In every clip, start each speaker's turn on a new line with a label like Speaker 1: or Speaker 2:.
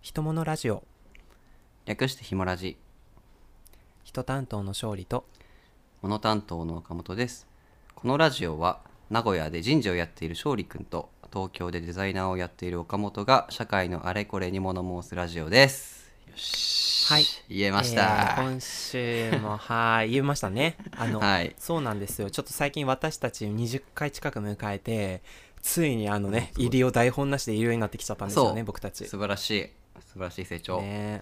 Speaker 1: ひとものラジオ
Speaker 2: 略してひもラジ
Speaker 1: 人担当の勝利と
Speaker 2: モノ担当の岡本ですこのラジオは名古屋で人事をやっている勝利くんと東京でデザイナーをやっている岡本が社会のあれこれに物申すラジオですよし
Speaker 1: はい
Speaker 2: 言えまし
Speaker 1: えー
Speaker 2: た、
Speaker 1: 今週もはい 言いましたねあの、
Speaker 2: はい
Speaker 1: そうなんですよちょっと最近私たち20回近く迎えてついにあのね入りを台本なしで入りようになってきちゃったんですよ
Speaker 2: そ
Speaker 1: ね
Speaker 2: う
Speaker 1: 僕たち
Speaker 2: 素晴らしい素晴らしい成長、
Speaker 1: ね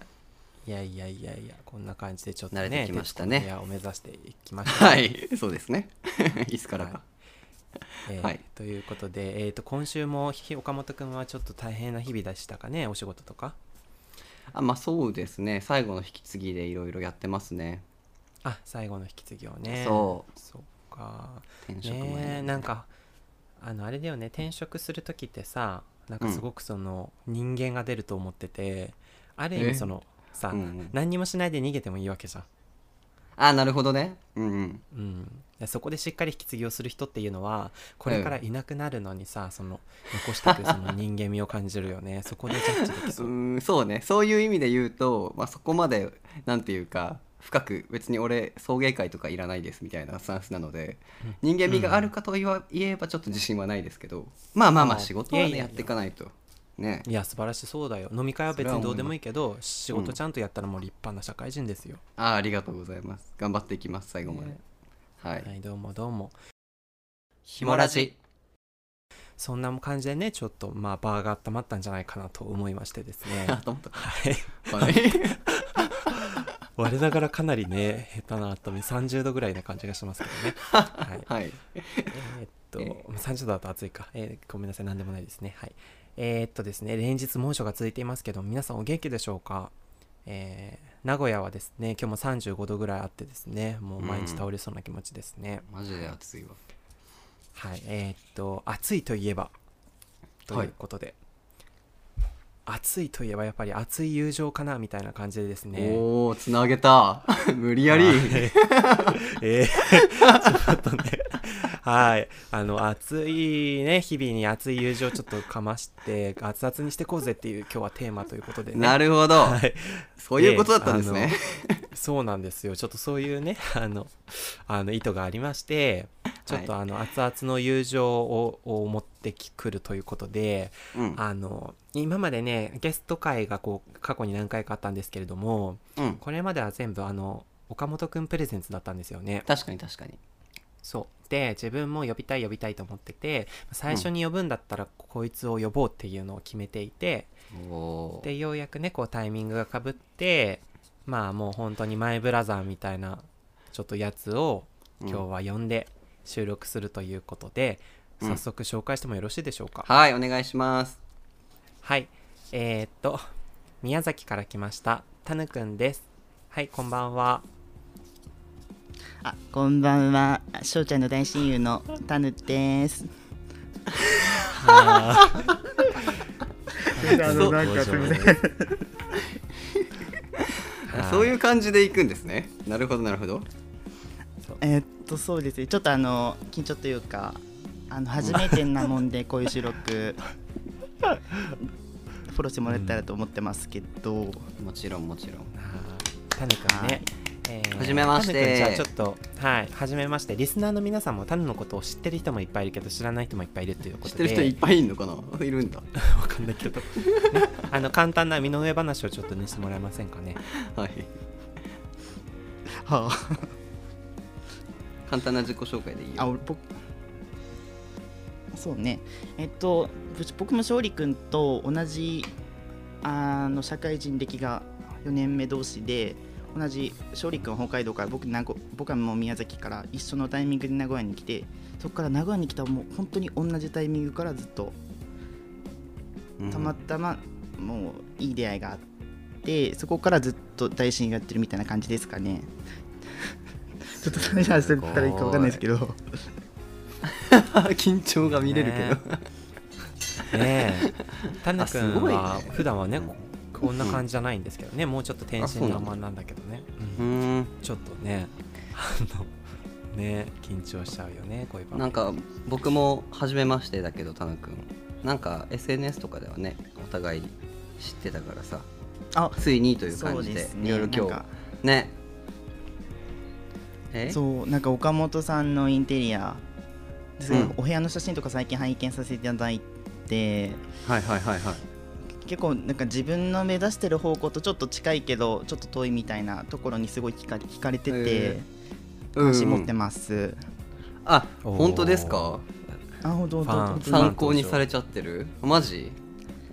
Speaker 1: いやいやいやいやこんな感じでちょっとね
Speaker 2: 慣れてきましたね
Speaker 1: 徹子の部屋を目指していきましたね、
Speaker 2: はいそうですね いつからか
Speaker 1: えー
Speaker 2: はい
Speaker 1: ということで、えー、と今週もひ岡本君はちょっと大変な日々でしたかねお仕事とか
Speaker 2: あまあそうですね最後の引き継ぎでいろいろやってますね
Speaker 1: あ最後の引き継ぎをね
Speaker 2: そう
Speaker 1: そうか
Speaker 2: 転職もやり
Speaker 1: ねえ
Speaker 2: ながら
Speaker 1: なんかあのあれだよね転職する時ってさなんか
Speaker 2: うん
Speaker 1: すごくその人間が出ると思ってて、ある意
Speaker 2: え
Speaker 1: 味そのさ、
Speaker 2: うんうん
Speaker 1: 何にもしないで逃げてもいいわけじゃん、
Speaker 2: あなるほどねうんうん
Speaker 1: うん、でそこでしっかり引き継ぎをする人っていうのはこれからいなくなるのにさ、その残していくそ の人間味を感じるよねそこでジャッジできそうう、
Speaker 2: ん そうねそういう意味で言うと、まあ、そこまでなんていうか深く別に俺送迎会とかいらないですみたいなスタンスなので人間味があるかと言わ言えばちょっと自信はないですけどまあまあまあ
Speaker 1: あ
Speaker 2: 仕事はね
Speaker 1: いやいやいや
Speaker 2: やっていかないとね
Speaker 1: いや素晴らしそうだよ飲み会は別にどうでもいいけど仕
Speaker 2: ます
Speaker 1: 事ちゃんとやったらもう立派な社会人ですよ、
Speaker 2: あーありがとうございます頑張っていきます最後まで、
Speaker 1: ね
Speaker 2: はい
Speaker 1: はいどうもどうも
Speaker 2: ひもラジ
Speaker 1: そんな感じでねちょっとまあバーが温まったんじゃないかなと思いましてです
Speaker 2: あ
Speaker 1: ね
Speaker 2: と思った
Speaker 1: はい
Speaker 2: はい
Speaker 1: 我ながらかなりね下手な温め30度ぐらいな感じがしますけどねはい
Speaker 2: はい
Speaker 1: えーっと
Speaker 2: え
Speaker 1: 30度だと暑いか、えーごめんなさい何でもないですねはいえーっとですね連日猛暑が続いていますけど皆さんお元気でしょうかえー名古屋はですね今日も35度ぐらいあってですねもう毎日倒れそうな気持ちですね、
Speaker 2: マジで熱いわ
Speaker 1: はいえーっと暑いといえばと
Speaker 2: はい
Speaker 1: いうことで、熱いといえばやっぱり熱い友情かなみたいな感じでですね
Speaker 2: おおつなげた無理 やり
Speaker 1: はいえーちょっとねはいあの熱いね日々に熱い友情をちょっとかまして熱々にしてこうぜっていう今日はテーマということでね
Speaker 2: なるほど
Speaker 1: はい
Speaker 2: そういうことだったんですね、
Speaker 1: そうなんですよちょっとそういうね あのあの意図がありましてちょっとあの、熱々の友情をを持ってきくるということで
Speaker 2: うん
Speaker 1: あの今までねゲスト会がこう過去に何回かあったんですけれども
Speaker 2: うん
Speaker 1: これまでは全部あの岡本くんプレゼンツだったんですよね。
Speaker 2: 確かに確かに
Speaker 1: そうで自分も呼びたい呼びたいと思ってて最初に呼ぶんだったらこいつを呼ぼうっていうのを決めていて、
Speaker 2: おー
Speaker 1: でようやくねこうタイミングがかぶってまあもう本当にマイブラザーみたいなちょっとやつを今日は呼んで収録するということで、
Speaker 2: うん
Speaker 1: 早速紹介してもよろしいでしょうか、
Speaker 2: はいお願いします
Speaker 1: はいえー、っと宮崎から来ましたたぬくんですはいこんばんは
Speaker 3: あこんばんはしょうちゃんの大親友のタヌです
Speaker 4: あのなんかすみま せん。
Speaker 1: はい
Speaker 2: そういう感じでいくんですねなるほどなるほど
Speaker 3: えーっとそうですねちょっとあの緊張というかあの初めてなも んでこういう収録フォローしてもらえたらと思ってますけ ど、
Speaker 2: もちろんもちろん
Speaker 1: タヌくんね。えー
Speaker 2: 初めまして
Speaker 1: タヌくんじゃあちょっと、はい、初めまして。リスナーの皆さんもタヌのことを知ってる人もいっぱいいるけど、知らない人もいっぱいいるというこ
Speaker 2: 知
Speaker 1: と
Speaker 2: って
Speaker 1: で。
Speaker 2: る人いっぱいいるのかないるんだ
Speaker 1: わかんないけど。ねあの、簡単な身の上話をちょっとね、してもらえませんかね。
Speaker 2: はい
Speaker 3: はあ
Speaker 2: 簡単な自己紹介でいい
Speaker 3: あ
Speaker 2: よ
Speaker 3: 俺僕そうねえっとぶち僕も勝利君と同じあの社会人歴が4年目同士で同じ勝利君は北海道から僕名古僕はもう宮崎から一緒のタイミングで名古屋に来てそこから名古屋に来たもう本当に同じタイミングからずっと
Speaker 2: うん
Speaker 3: たまたまもういい出会いがあってそこからずっと大親友やってるみたいな感じです かねちょっと何話してたらいいか分かんないですけど
Speaker 2: 緊張が見れるけど、
Speaker 1: ねえ。タヌ
Speaker 2: あ
Speaker 1: く
Speaker 2: す
Speaker 1: ん
Speaker 2: ごいね
Speaker 1: は、普段は ね、ここんな感じじゃないんですけどね、もうちょっと天真爛漫なんだけどね。
Speaker 2: う
Speaker 1: うん
Speaker 2: ん
Speaker 1: ちょっとね、あの、ね、緊張しちゃうよね、こういう場面
Speaker 2: なんか僕も初めましてだけどタナ君なんか SNS とかではねお互い知ってたからさ
Speaker 3: あ
Speaker 2: ついにという
Speaker 3: そ
Speaker 2: 感
Speaker 3: う
Speaker 2: じ
Speaker 3: で
Speaker 2: ですい
Speaker 3: ね
Speaker 2: ろいろ今
Speaker 3: なんか
Speaker 2: 日ねえ
Speaker 3: そうなんか岡本さんのインテリアすごい
Speaker 2: うん
Speaker 3: お部屋の写真とか最近拝見させていただいて
Speaker 2: はいはいはいはい
Speaker 3: 結構なんか自分の目指してる方向とちょっと近いけどちょっと遠いみたいなところにすごい惹かれ惹かれてて
Speaker 2: えうんうん
Speaker 3: 関心持ってます、
Speaker 2: あ
Speaker 1: おー
Speaker 2: 本当ですか
Speaker 3: あほどほど
Speaker 1: ファン
Speaker 3: ほど
Speaker 1: ファン
Speaker 2: 参考にされちゃってるマジ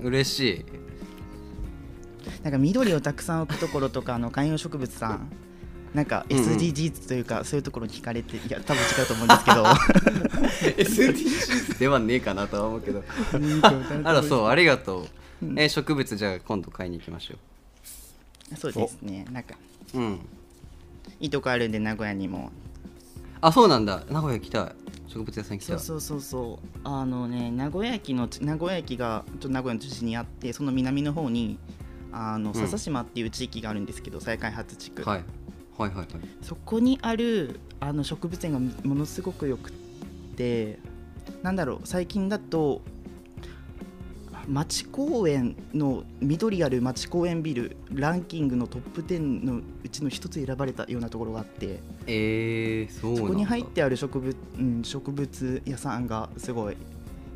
Speaker 2: 嬉しい
Speaker 3: なんか緑をたくさん置くところとかあの観葉植物さんなんか
Speaker 2: うんうん
Speaker 3: SDGs というか、そういうところに惹かれていや多分違うと思うんですけ ど
Speaker 2: SDGs ではねえかなとは思うけどあらそうありがとう、
Speaker 3: うん
Speaker 2: えー植物じゃあ今度買いに行きましょ
Speaker 3: そうですねなんか
Speaker 2: ううん
Speaker 3: いいとこあるんで名古屋にも
Speaker 2: あそうなんだ名古屋来たい植物屋さん来た
Speaker 3: そ
Speaker 2: いう
Speaker 3: そうそうそうあのね名古屋駅の名古屋駅がちょっと名古屋の中心にあってその南の方にあの
Speaker 2: ん
Speaker 3: 笹島っていう地域があるんですけど、再開発地区、
Speaker 2: はい、はいはいはい
Speaker 3: そこにあるあの植物園がものすごくよくってなんだろう最近だと町公園の緑ある町公園ビルランキングのトップ10のうちの一つ選ばれたようなところがあって
Speaker 2: えー、そうなんだ
Speaker 3: そこに入ってある植物,、うん、植物屋さんがすごい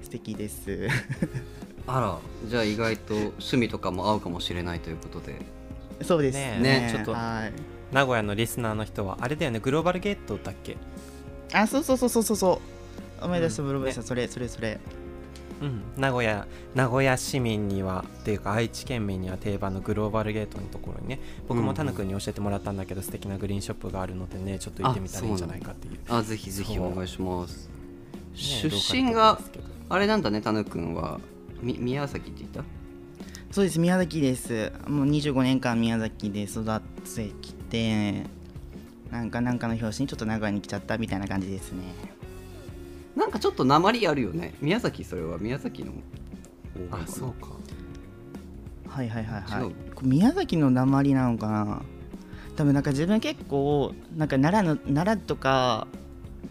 Speaker 3: 素敵です
Speaker 2: あらじゃあ意外と趣味とかも合うかもしれないということで
Speaker 3: そうです
Speaker 1: ね
Speaker 3: ね
Speaker 1: え
Speaker 2: ねちょっと
Speaker 3: はい
Speaker 1: 名古屋のリスナーの人はあれだよねグローバルゲートだっけ
Speaker 3: あそうそうそうそうそうそう思い出した思い出した、それそれそれ
Speaker 1: うん名古屋名古屋市民にはっていうか愛知県民には定番のグローバルゲートのところにね僕もタヌ君に教えてもらったんだけど、素敵なグリーンショップがあるのでねちょっと行ってみたらいいんじゃないかっていう
Speaker 2: あぜひぜひ
Speaker 1: そう
Speaker 2: お願いします、
Speaker 1: ね
Speaker 2: 出
Speaker 1: ロ
Speaker 2: 身
Speaker 1: ーカルところ
Speaker 2: が
Speaker 1: ですけど
Speaker 2: あれなんだねたぬくんはみ宮崎って言った
Speaker 3: そうです宮崎ですもう25年間宮崎で育ってきてなんかなんかの表紙にちょっと名古屋に来ちゃったみたいな感じですね
Speaker 2: なんかちょっと鉛あるよね宮崎それは宮崎の方
Speaker 1: あそうか
Speaker 3: はいはいはいは
Speaker 2: 違
Speaker 3: いうこう宮崎の鉛なのかな多分なんか自分結構なんか奈良の奈良とか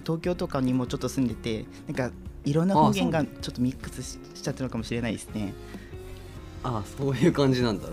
Speaker 3: 東京とかにもちょっと住んでてなんかいろんな方言
Speaker 2: あ
Speaker 3: が
Speaker 2: そ
Speaker 3: ちょっとミックスししちゃってるのかもしれないですね
Speaker 2: あそういう感じなんだへ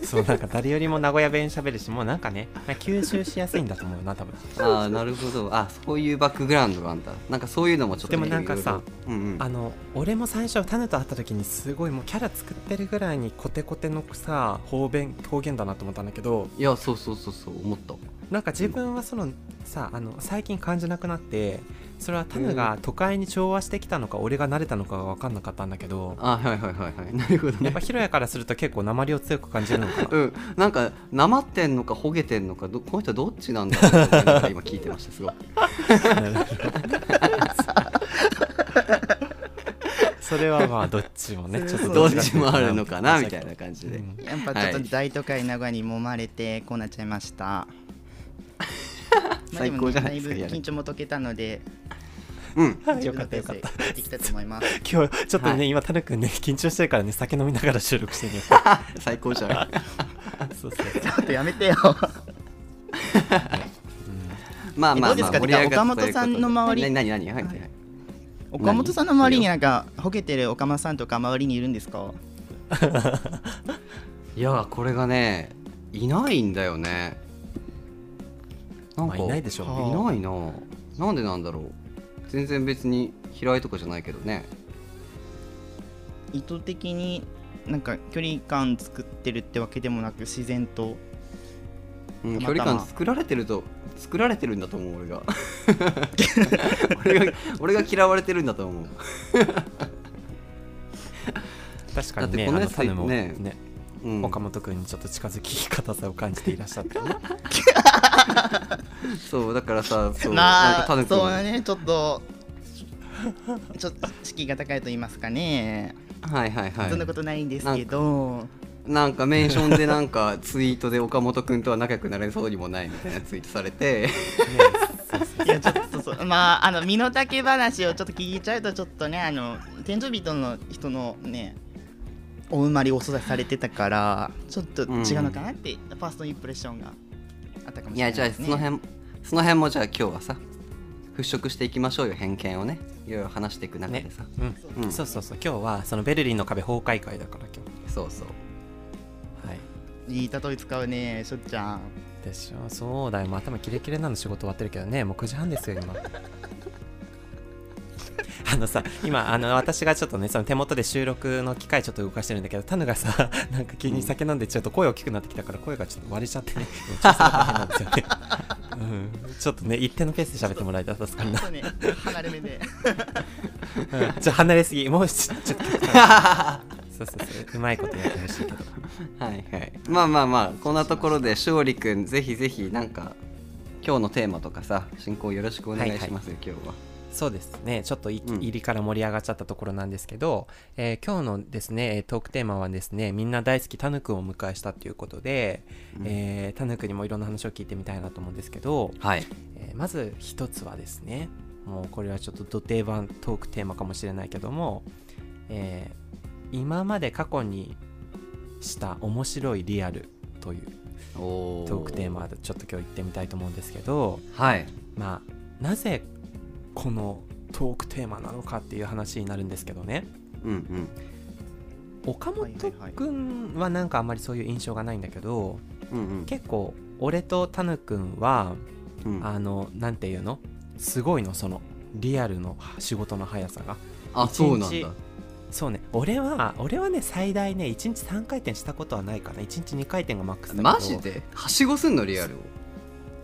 Speaker 2: え
Speaker 1: そうなんか誰よりも名古屋弁喋るしもうなんかねなんか吸収しやすいんだと思うな多分
Speaker 2: ああなるほどあそういうバックグラウンドがあんだなんかそういうのもちょっと
Speaker 1: でもなんかさ
Speaker 2: いろいろうんうん
Speaker 1: あの俺も最初タヌと会った時にすごいもうキャラ作ってるぐらいにコテコテのさ方言方言だなと思ったんだけど
Speaker 2: いやそうそうそうそう思った
Speaker 1: なんか自分はその、さあの最近感じなくなってそれはタヌが都会に調和してきたのか俺が慣れたのかが分かんなかったんだけど
Speaker 2: あはいはいはいはいなるほど
Speaker 1: やっ
Speaker 2: ね
Speaker 1: ぱヒロヤからすると結構鉛を強く感じるの かな
Speaker 2: うんなんかなまってんのかほげてんのかどこの人どっちなんだろうと思いながら今聞いてましたすごい
Speaker 1: それはまあどっちもねちょっと
Speaker 2: どっ
Speaker 1: 違って
Speaker 2: ちもあるのかなみたいな感じで、
Speaker 1: うん
Speaker 3: やっぱちょっ
Speaker 2: は
Speaker 3: と
Speaker 2: い
Speaker 3: 大都会名古屋に揉まれてこうなっちゃいました、まあ
Speaker 2: 最高じゃないですか
Speaker 3: もねだいぶ緊張も解けたので
Speaker 2: うん
Speaker 1: はい
Speaker 3: 自
Speaker 1: よ
Speaker 3: 分
Speaker 1: か
Speaker 3: の
Speaker 1: った
Speaker 3: ペ
Speaker 1: よ
Speaker 3: ー
Speaker 1: か
Speaker 3: ス
Speaker 1: っ
Speaker 3: で
Speaker 1: た
Speaker 3: やっていきたいと思います
Speaker 1: 今日ちょっとね、
Speaker 2: はい
Speaker 1: 今タヌ君ね緊張してるからね酒飲みながら収録してる よ
Speaker 2: 最高じゃない
Speaker 1: そうそう
Speaker 3: ちょっとやめてよ
Speaker 2: まあまあまあ
Speaker 3: えどうですか
Speaker 2: 盛り上がった
Speaker 3: てか岡本さんの周り
Speaker 2: ということでなになになにはいはいはい
Speaker 3: 岡本さんの周りになんかほけてる岡間さんとか周りにいるんですか
Speaker 2: いやーこれがねいないんだよねなん
Speaker 1: ま
Speaker 2: か
Speaker 1: あいないでしょうね
Speaker 2: いないななんでなんだろう全然別に嫌いとかじゃないけどね
Speaker 3: 意図的になんか距離感作ってるってわけでもなく自然と
Speaker 2: うん、
Speaker 3: たま
Speaker 2: 距離
Speaker 3: たま
Speaker 2: 感作られてると作られてるんだと思う俺 が俺が俺が嫌われてるんだと思う
Speaker 1: 確かに
Speaker 2: だって
Speaker 1: ね
Speaker 2: こ
Speaker 1: あ
Speaker 2: のや
Speaker 1: の
Speaker 2: つ
Speaker 1: タヌも
Speaker 2: ね
Speaker 1: ね
Speaker 2: うん、
Speaker 1: 岡本君にちょっと近づき方さを感じていらっしゃって ね
Speaker 2: そうだからさそう
Speaker 3: ま
Speaker 2: なんか
Speaker 3: あ
Speaker 2: タヌ
Speaker 3: そう
Speaker 2: 君
Speaker 3: だねちょっとちょっと敷居が高いと言いますかね、
Speaker 2: はいはいはい
Speaker 3: そんなことないんですけど
Speaker 2: なんかメンションでなんかツイートで岡本君とは仲良くなれそうにもないみたいなツイートされて
Speaker 3: いやちょっとそうまああの身の丈話をちょっと聞いちゃうとちょっとねあの天井人の人のねお生まれお育ちされてたからちょっと違うのかなって、ファーストインプレッションがあったかも
Speaker 2: い
Speaker 3: しれな
Speaker 2: や
Speaker 3: い
Speaker 2: じゃあ
Speaker 3: です、
Speaker 2: そ
Speaker 3: ね、
Speaker 2: の辺その辺もじゃあ今日はさ払拭していきましょうよ偏見をねいろいろ話していく中でさ、
Speaker 1: うん
Speaker 2: う ん
Speaker 1: そうそうそう今日はそのベルリンの壁崩壊会だから今
Speaker 2: そうそう
Speaker 1: はい
Speaker 3: いい例え使うねしょっちゃん
Speaker 1: でしょそうだよもう頭キレキレなの仕事終わってるけどねもう9時半ですよ 今あのさ今あの私がちょっとねその手元で収録の機械ちょっと動かしてるんだけどタヌがさ なんか急に酒飲んでちょっと声大きくなってきたから声がちょっと割れちゃってね調子が大変なんですよね、うん、ちょっとね一定のペースで喋ってもらえたら助かるな
Speaker 3: そうね離れ目で
Speaker 1: うんちょ離れすぎもうちょちょっ とそうそうそううまいことやってほしいけど
Speaker 2: はいはいまあまあまあこんなところで勝利くんぜひぜひなんか今日のテーマとかさ進行よろしくお願いしますよ、今日は
Speaker 1: そうですねちょっとい
Speaker 2: うん
Speaker 1: 入りから盛り上がっちゃったところなんですけど、えー今日のですねえートークテーマはですねみんな大好きタヌくんをお迎えしたということで、
Speaker 2: うん
Speaker 1: えータヌくんにもいろんな話を聞いてみたいなと思うんですけど、
Speaker 2: はい
Speaker 1: えーまず一つはですねもうこれはちょっと土定番トークテーマかもしれないけども、えー今まで過去にした面白いリアルという
Speaker 2: お
Speaker 1: トークテーマでちょっと今日行ってみたいと思うんですけど、
Speaker 2: はい
Speaker 1: まあ、なぜこのトークテーマなのかっていう話になるんですけどね
Speaker 2: うんうん
Speaker 1: 岡本君はなんかあんまりそういう印象がないんだけど、
Speaker 2: うんうん
Speaker 1: 結構俺とタヌ君は
Speaker 2: うん
Speaker 1: あのなんていうのすごいのそのリアルの仕事の速さが
Speaker 2: あ
Speaker 1: 一日
Speaker 2: そうなんだ
Speaker 1: そうね俺は俺はね最大ね1日3回転したことはないかな1日2回転がマックスだけど
Speaker 2: マジではしごすんのリアルを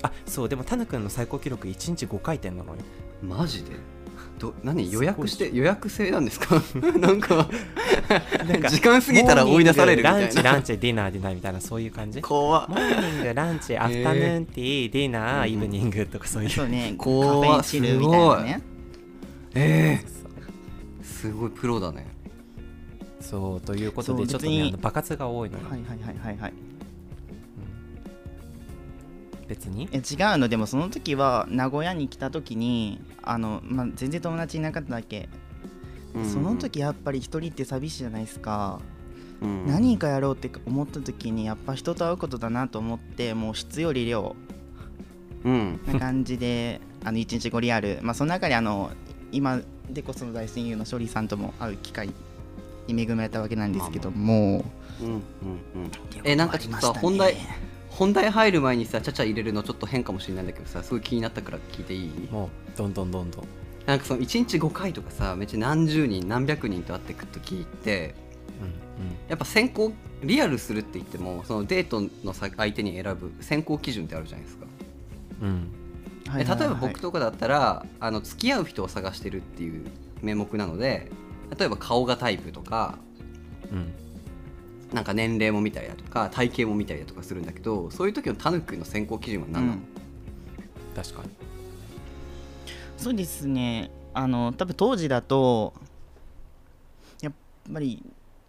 Speaker 1: あそうでもタヌ君の最高記録1日5回転なの よ
Speaker 2: マジでど何
Speaker 1: す
Speaker 2: 予
Speaker 1: ごい
Speaker 2: 約して予約制なんですか なんか
Speaker 1: なん か
Speaker 2: 時間過ぎたら追い出されるみた
Speaker 1: モーニン
Speaker 2: い
Speaker 1: グランチ
Speaker 2: な
Speaker 1: ランチディナーディナーみたいなそういう感じ
Speaker 2: 怖っ
Speaker 1: モーニングランチアフタヌーンティーディナーイブニングとかそういう、
Speaker 3: そう ねカフ
Speaker 2: こう
Speaker 3: ェインチルみたいなね
Speaker 2: え
Speaker 1: そう
Speaker 2: ー、すごいプロだね
Speaker 1: そうということ
Speaker 3: そ
Speaker 1: で
Speaker 3: う
Speaker 1: ちょっと
Speaker 3: 別
Speaker 1: ね
Speaker 3: に
Speaker 1: あの爆発が多いのよ、
Speaker 3: はいはいはいはいはい
Speaker 1: 別に
Speaker 3: え違うのでもその時は名古屋に来た時にあの、まあ、全然友達いなかっただけ、
Speaker 2: うん
Speaker 3: その時やっぱり一人って寂しいじゃないですか、
Speaker 2: うん
Speaker 3: 何かやろうって思った時にやっぱ人と会うことだなと思ってもう質より量
Speaker 2: うん
Speaker 3: な感じであの1日5リアル、まあ、その中であの今でこその大親友の勝利さんとも会う機会に恵まれたわけなんですけど
Speaker 2: う
Speaker 3: も、
Speaker 2: んうんうんえなんかちょっとさ
Speaker 3: ありました
Speaker 2: 本
Speaker 3: ね
Speaker 2: 題本題入る前にさちゃちゃ入れるのちょっと変かもしれないんだけどさすごい気になったから聞いていい
Speaker 1: もうどんどんどんどん
Speaker 2: なんかその1日5回とかさめっちゃ何十人何百人と会ってくと聞いて
Speaker 1: う
Speaker 2: やっぱ選考リアルするって言ってもそのデートのさ相手に選ぶ選考基準ってあるじゃないですか、
Speaker 1: んうんうん
Speaker 3: はいはいはい
Speaker 2: え例えば僕とかだったらあの付き合う人を探してるっていう名目なので例えば顔がタイプとか
Speaker 1: うん
Speaker 2: なんか年齢も見たりだとか体型も見たりだとかするんだけどそういう時のタヌ君の選考基準は
Speaker 3: う
Speaker 2: 何なの
Speaker 3: ん、
Speaker 1: 確かに
Speaker 3: そうですねあの多分当時だとやっぱり、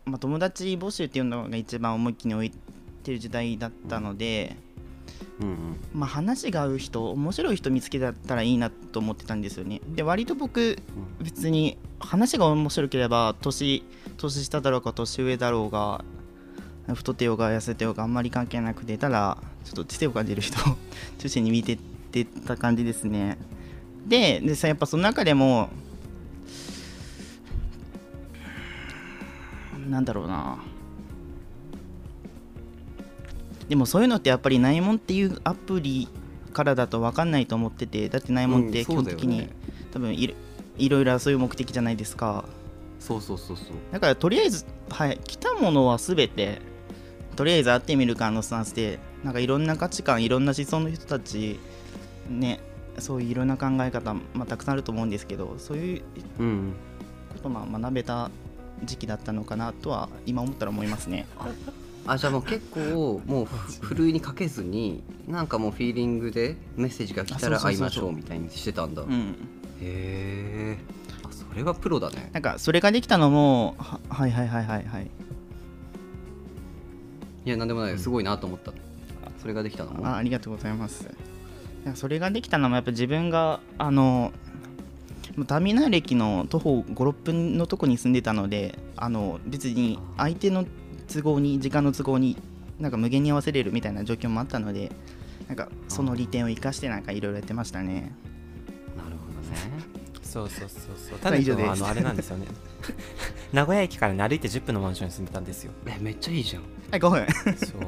Speaker 3: まあ、友達募集っていうのが一番思いっきり置いてる時代だったので、
Speaker 2: うん
Speaker 3: まあ、話が合う人面白い人見つけたらいいなと思ってたんですよねで割と僕
Speaker 2: うん
Speaker 3: 別に話が面白ければ年年下だろうか年上だろうが太ってようが痩せてようがあんまり関係なくてただちょっと知性を感じる人を 中心に見てってた感じですねででさやっぱその中でもなんだろうなでもそういうのってやっぱり内門っていうアプリからだと分かんないと思っててだって内門って基本的に、
Speaker 2: うんそうだよね
Speaker 3: 多分いろいろいろそういう目的じゃないですか
Speaker 2: そうそうそうそう
Speaker 3: だからとりあえず、はい、来たものは全てとりあえず会ってみるかのスタンスでなんかいろんな価値観いろんな思想の人たちねそういういろんな考え方、まあ、たくさんあると思うんですけどそういう
Speaker 2: うん
Speaker 3: ことをまあ学べた時期だったのかなとは今思ったら思いますね
Speaker 2: あじゃあもう結構もうふふるいにかけずになんかもうフィーリングでメッセージが来たら
Speaker 3: あそう
Speaker 2: 会い
Speaker 3: そ
Speaker 2: ま
Speaker 3: う
Speaker 2: し
Speaker 3: そうそう
Speaker 2: ょうみたいにしてたんだ、
Speaker 3: う
Speaker 2: へ
Speaker 3: ん
Speaker 2: えあそれはプロだね
Speaker 3: なんかそれができたのもははいはいはいはいはい
Speaker 2: いやなんでもないよすごいなと思った、それができたのも
Speaker 3: あありがとうございますいやそれができたのもやっぱ自分があのもうターミナル駅の徒歩56分のとこに住んでたのであの別に相手の都合に時間の都合になんか無限に合わせれるみたいな状況もあったのでなんかその利点を生かしてなんかいろいろやってましたね
Speaker 2: なるほどね
Speaker 1: そうそうそうそう
Speaker 3: ま
Speaker 1: た
Speaker 3: あ
Speaker 1: だ
Speaker 3: 以上
Speaker 1: のあ
Speaker 3: です
Speaker 1: のあれなんですよね 名古屋駅からね歩いて10分のマンションに住んでたんですよ
Speaker 2: えめっちゃいいじゃん
Speaker 3: はい5分
Speaker 1: そう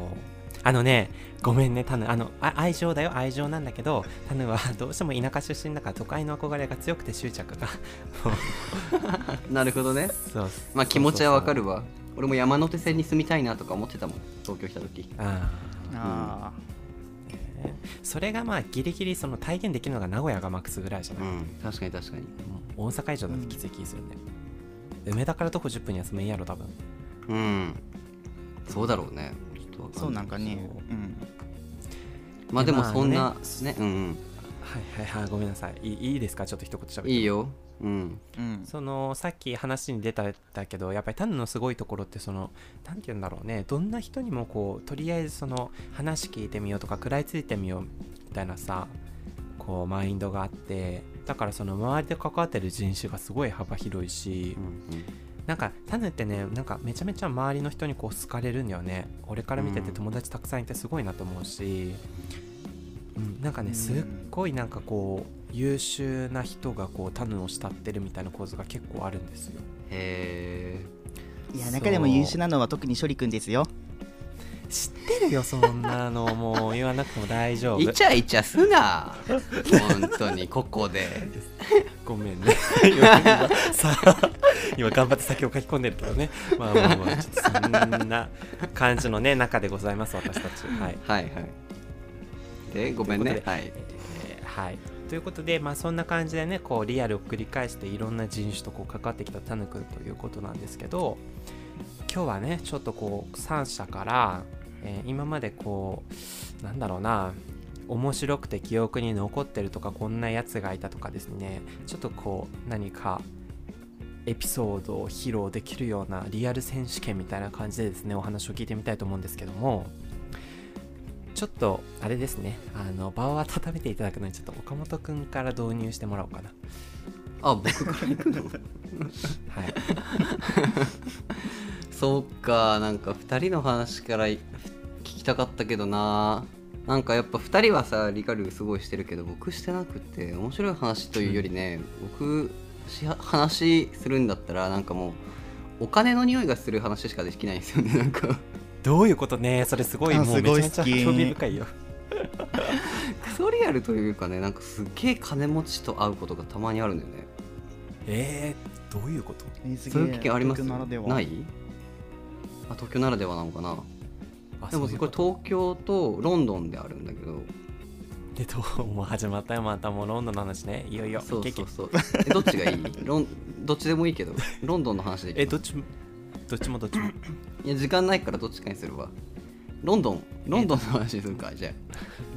Speaker 1: あのねごめんねタヌあのあ愛情だよ愛情なんだけどタヌはどうしても田舎出身だから都会の憧れが強くて執着がもう
Speaker 2: なるほどね
Speaker 1: そう
Speaker 2: まあ気持ちはわかる
Speaker 1: わ
Speaker 2: わ俺も山手線に住みたいなとか思ってたもん東京来た時
Speaker 1: ああ
Speaker 3: あ
Speaker 1: それがまあギリギリその体現できるのが名古屋がマックスぐらいじゃ
Speaker 2: う
Speaker 1: ない、
Speaker 2: ん確かに確かに
Speaker 1: 大阪以上だときつい気するね、梅田から徒歩10分には住めんやろ多分
Speaker 2: うんそうだろうねちょっとわ
Speaker 3: あそうなん
Speaker 2: か
Speaker 3: かね
Speaker 1: そう
Speaker 3: うん
Speaker 2: まあでも
Speaker 1: まあ
Speaker 2: そんな
Speaker 1: ね
Speaker 2: ねうん
Speaker 1: はいはいはいごめんなさいいいいいですかちょっと一言喋っ
Speaker 2: うん
Speaker 1: て
Speaker 2: いいようん
Speaker 3: うん
Speaker 1: そのさっき話に出ただけどやっぱりタヌのすごいところってその何て言うんだろうねどんな人にもこうとりあえずその話聞いてみようとか食らいついてみようみたいなさこうマインドがあってだからその周りで関わってる人種がすごい幅広いし
Speaker 2: うんうん
Speaker 1: なんかタヌってねなんかめちゃめちゃ周りの人にこう好かれるんだよね俺から見てて
Speaker 2: うん
Speaker 1: 友達たくさんいてすごいなと思うし、うん、なんか
Speaker 3: う
Speaker 1: ね
Speaker 3: ん
Speaker 1: すっごいなんかこう優秀な人がこうタヌを慕ってるみたいな構図が結構あるんですよ
Speaker 2: へ
Speaker 3: いや
Speaker 1: そう
Speaker 3: 中でも優秀なのは特に処理くんですよ
Speaker 1: 知ってるよそんなのもう言わなくても大丈
Speaker 2: えイ
Speaker 1: 夫
Speaker 2: チャイチャすな本当にここで
Speaker 1: ごめんね 今さあ今頑張って酒を書き込んでるけどねまあまあまあちょっとそんな感じのね中でございます私たちはい
Speaker 2: はいはいでごめんね
Speaker 1: ということで
Speaker 2: はい
Speaker 1: えーはい、ということで、まあ、そんな感じでねこうリアルを繰り返していろんな人種とこう関わってきたタヌ君ということなんですけど今日はねちょっとこう3社から、えー今までこうなんだろうな面白くて記憶に残ってるとかこんなやつがいたとかですねちょっとこう何かエピソードを披露できるようなリアル選手権みたいな感じでですねお話を聞いてみたいと思うんですけどもちょっとあれですねあの場を温めていただくのにちょっと岡本くんから導入してもらおうかな
Speaker 2: あ僕から行くの
Speaker 1: はい
Speaker 2: そうかなんか2人の話からい聞きたかったけどななんかやっぱ2人はさリカルすごいしてるけど僕してなくて面白い話というよりね、僕し話するんだったらなんかもうお金の匂いがする話しかできないんですよねなんか
Speaker 1: どういうことねそれすごい
Speaker 3: あ
Speaker 1: もうめ
Speaker 3: す
Speaker 1: ちゃ
Speaker 3: ごい
Speaker 1: めちゃ
Speaker 3: 好き
Speaker 1: 興味深いよ
Speaker 2: クソリアルというかねなんかすっげえ金持ちと会うことがたまにあるんだよね
Speaker 1: えー、どういうこと
Speaker 3: えーす
Speaker 2: そう
Speaker 3: げ
Speaker 2: いう経験あります
Speaker 3: 東京ならでは
Speaker 2: ないあ東京ならではなのかな
Speaker 1: あ
Speaker 2: でも
Speaker 1: そうい
Speaker 2: そうこ
Speaker 1: こ
Speaker 2: れ
Speaker 1: と
Speaker 2: 東京とロンドンであるんだけど
Speaker 1: でどうもう始まったよまたもうロンドンの話ねいよいよ
Speaker 2: そう
Speaker 1: ケ
Speaker 2: そ
Speaker 1: ケ
Speaker 2: うそうえどっちがいいロンどっちでもいいけどロンドンの話でいき
Speaker 1: え
Speaker 2: ます
Speaker 1: どっちもどっちもどっちも
Speaker 2: いや時間ないからどっちかにするわロンドンロンドンの話にするかじゃ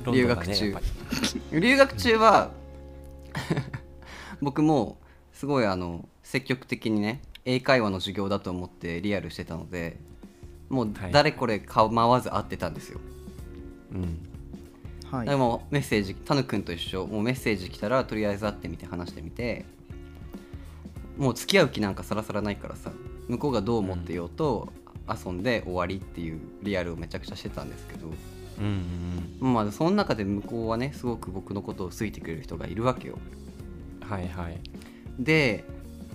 Speaker 1: ロンドンだ
Speaker 2: 留学中
Speaker 1: ねやっぱり
Speaker 2: あ留学中は 僕もすごいあの積極的にね英会話の授業だと思ってリアルしてたのでもう
Speaker 1: はい
Speaker 2: 誰これ構わず会ってたんですよ、
Speaker 1: うん
Speaker 3: はい
Speaker 2: でもメッセージタヌ君と一緒もうメッセージ来たらとりあえず会ってみて話してみてもう付き合う気なんかさらさらないからさ向こうがどう思ってようと遊んで終わりっていうリアルをめちゃくちゃしてたんですけど、
Speaker 1: うんうん
Speaker 2: まあ、その中で向こうはねすごく僕のことを好いてくれる人がいるわけよ
Speaker 1: うんはいはい
Speaker 2: で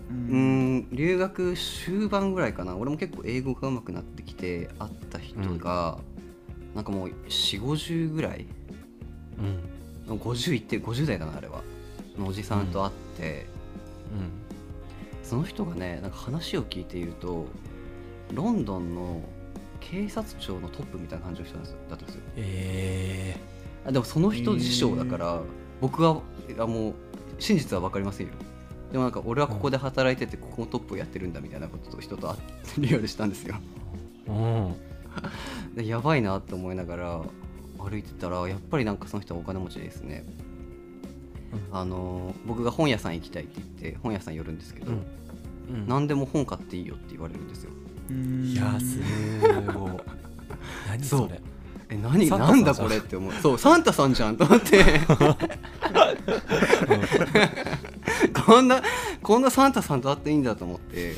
Speaker 3: う
Speaker 2: うんん留学終盤ぐらいかな俺も結構英語が上手くなってきて会った人が、なんかもう4 5 0ぐらい
Speaker 1: うん
Speaker 2: 50いって50代だなあれはのおじさんと会って、その人がねなんか話を聞いているとロンドンの警察庁のトップみたいな感じの人なんですだったんですよ
Speaker 1: うんえ
Speaker 2: あでもその人自称だから、僕はあもう真実は分かりませんよでもなんか俺はここで働いててここのトップをやってるんだみたいなことと人と会ってリアルしたんですよ
Speaker 1: ー、うん
Speaker 2: でやばいなって思いながら歩いてたらやっぱりなんかその人はお金持ちですねあの僕が本屋さん行きたいって言って本屋さん寄るんですけど、
Speaker 1: うんうん
Speaker 2: 何でも本買っていいよって言われるんですよ
Speaker 1: いやーす ごい何それ
Speaker 2: え何
Speaker 1: サンタ
Speaker 2: な
Speaker 1: さん
Speaker 2: ん
Speaker 1: じゃん
Speaker 2: だこれって思うそうサンタさんじゃんと思って こんなこんなサンタさんと会っていいんだと思って、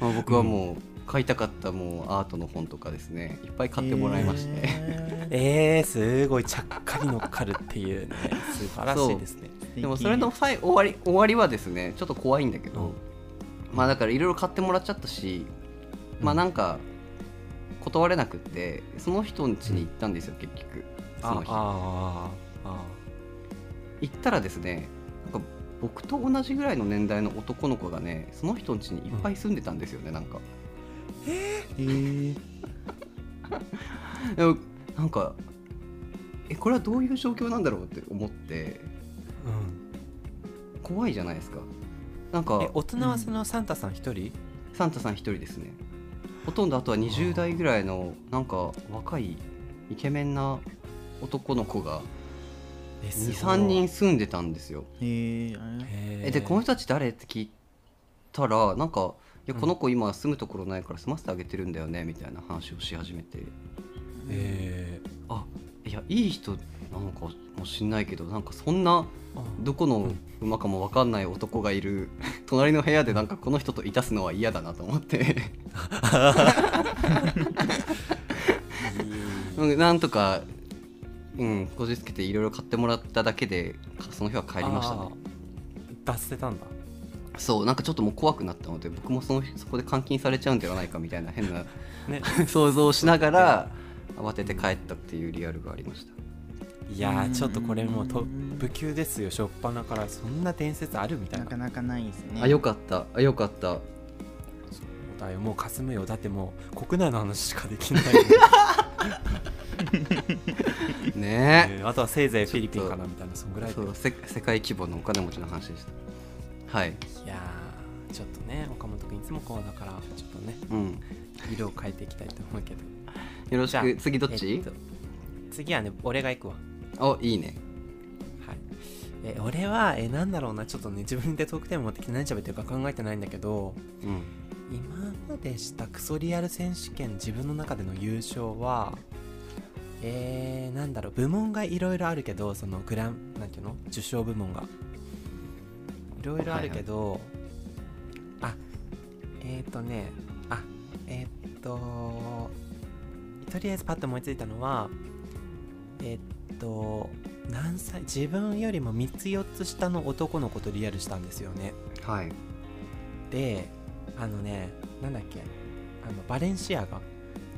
Speaker 2: まあ、僕はもう買いたかったもうアートの本とかですねいっぱい買ってもらいまして、
Speaker 3: え
Speaker 1: えー、すごいちゃっかり乗っかるっていうね素晴らしいですね
Speaker 2: でもそれの最終わり終わりはですねちょっと怖いんだけど、まあだからいろいろ買ってもらっちゃったし、まあなんか断れなくってその人ん家に行ったんですよ結局そ
Speaker 1: あ
Speaker 2: の日
Speaker 1: あああ
Speaker 2: 行ったらですねなんか僕と同じぐらいの年代の男の子がねその人ん家にいっぱい住んでたんですよね、なんか
Speaker 1: えー、
Speaker 2: でもなんかえこれはどういう状況なんだろうって思って
Speaker 1: うん
Speaker 2: 怖いじゃないですかなんか
Speaker 1: え大人はそのサンタさん一人、
Speaker 2: サンタさん一人ですねほとんどあとは20代ぐらいのなんか若いイケメンな男の子が
Speaker 1: えすごい
Speaker 2: 23人住んでたんですよ
Speaker 3: へーあれ
Speaker 1: へー
Speaker 2: えでこの人たち誰って聞いたらなんかいや
Speaker 1: うん
Speaker 2: この子今住むところないから住ませてあげてるんだよねみたいな話をし始めて
Speaker 1: えー
Speaker 2: あいやいい人なのかもしんないけどなんかそんな
Speaker 1: あ
Speaker 2: どこの馬かも分かんない男がいる隣の部屋でなんかこの人といたすのは嫌だなと思ってうんなんとかうんこじつけていろいろ買ってもらっただけでその日は帰りましたね
Speaker 1: あー脱せたんだ
Speaker 2: そうなんかちょっともう怖くなったので僕もそのそこで監禁されちゃうんではないかみたいな変 な
Speaker 1: ね
Speaker 2: 想像をしながら慌てて帰ったっていうリアルがありました
Speaker 1: いや
Speaker 3: う
Speaker 1: ー
Speaker 3: ん
Speaker 1: ちょっとこれもうトップ級ですよ初っ端からそんな伝説あるみたい
Speaker 3: な
Speaker 1: な
Speaker 3: かなかないですね
Speaker 2: あよかったあよかった
Speaker 1: だよもうかすむよだってもう国内の話しかできない、
Speaker 2: ねえ
Speaker 1: えーあとはせいぜいフィリピンかなみたいなそんぐらいで
Speaker 2: そうせ世界規模のお金持ちの話でしたはい
Speaker 1: いやーちょっとね岡本君いつもこうだからちょっとね
Speaker 2: うん
Speaker 1: 色を変えていきたいと思うけど
Speaker 2: よろし
Speaker 1: じゃあ
Speaker 2: く次 どっ
Speaker 1: え
Speaker 2: ち
Speaker 1: と次はね俺が行くわ
Speaker 2: あいいね
Speaker 1: はい、え俺はえなんだろうなちょっとね自分でトークテーマ持ってきて何喋ってるか考えてないんだけど
Speaker 2: うん
Speaker 1: 今までしたクソリアル選手権自分の中での優勝はえー、なんだろう部門がいろいろあるけどそのグランなんていうの受賞部門がいろいろあるけど、あえっ、ー、とねあえっ、ととりあえずパッと思いついたのはえっと何歳自分よりも3つ4つ下の男の子とリアルしたんですよね
Speaker 2: はい
Speaker 1: であのねなんだっけあのバレンシアガ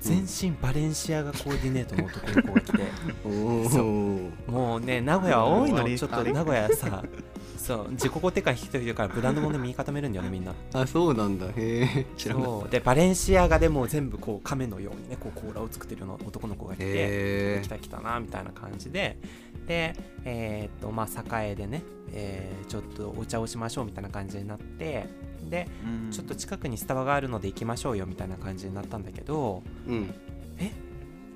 Speaker 1: 全身バレンシアガコーディネートの男の子が来て、
Speaker 2: おお
Speaker 1: そ
Speaker 2: ー
Speaker 1: もうね名古屋は多い
Speaker 3: あ
Speaker 1: の
Speaker 3: れ
Speaker 1: ちょっ
Speaker 3: あ
Speaker 1: と
Speaker 3: れ
Speaker 1: 名古屋さそう自己肯定感低い人からブランド物で右固めるんだよねみんな
Speaker 2: あそうなんだへえ知らなかっ
Speaker 1: そうでバレンシアガでもう全部こう亀のようにねこう甲羅を作ってるような男の子がい
Speaker 2: た
Speaker 1: て、
Speaker 2: へ
Speaker 1: 来た来たなみたいな感じででえーっとまあ栄でね、えーちょっとお茶をしましょうみたいな感じになってで
Speaker 3: うん
Speaker 1: ちょっと近くにスタバがあるので行きましょうよみたいな感じになったんだけど
Speaker 2: えうん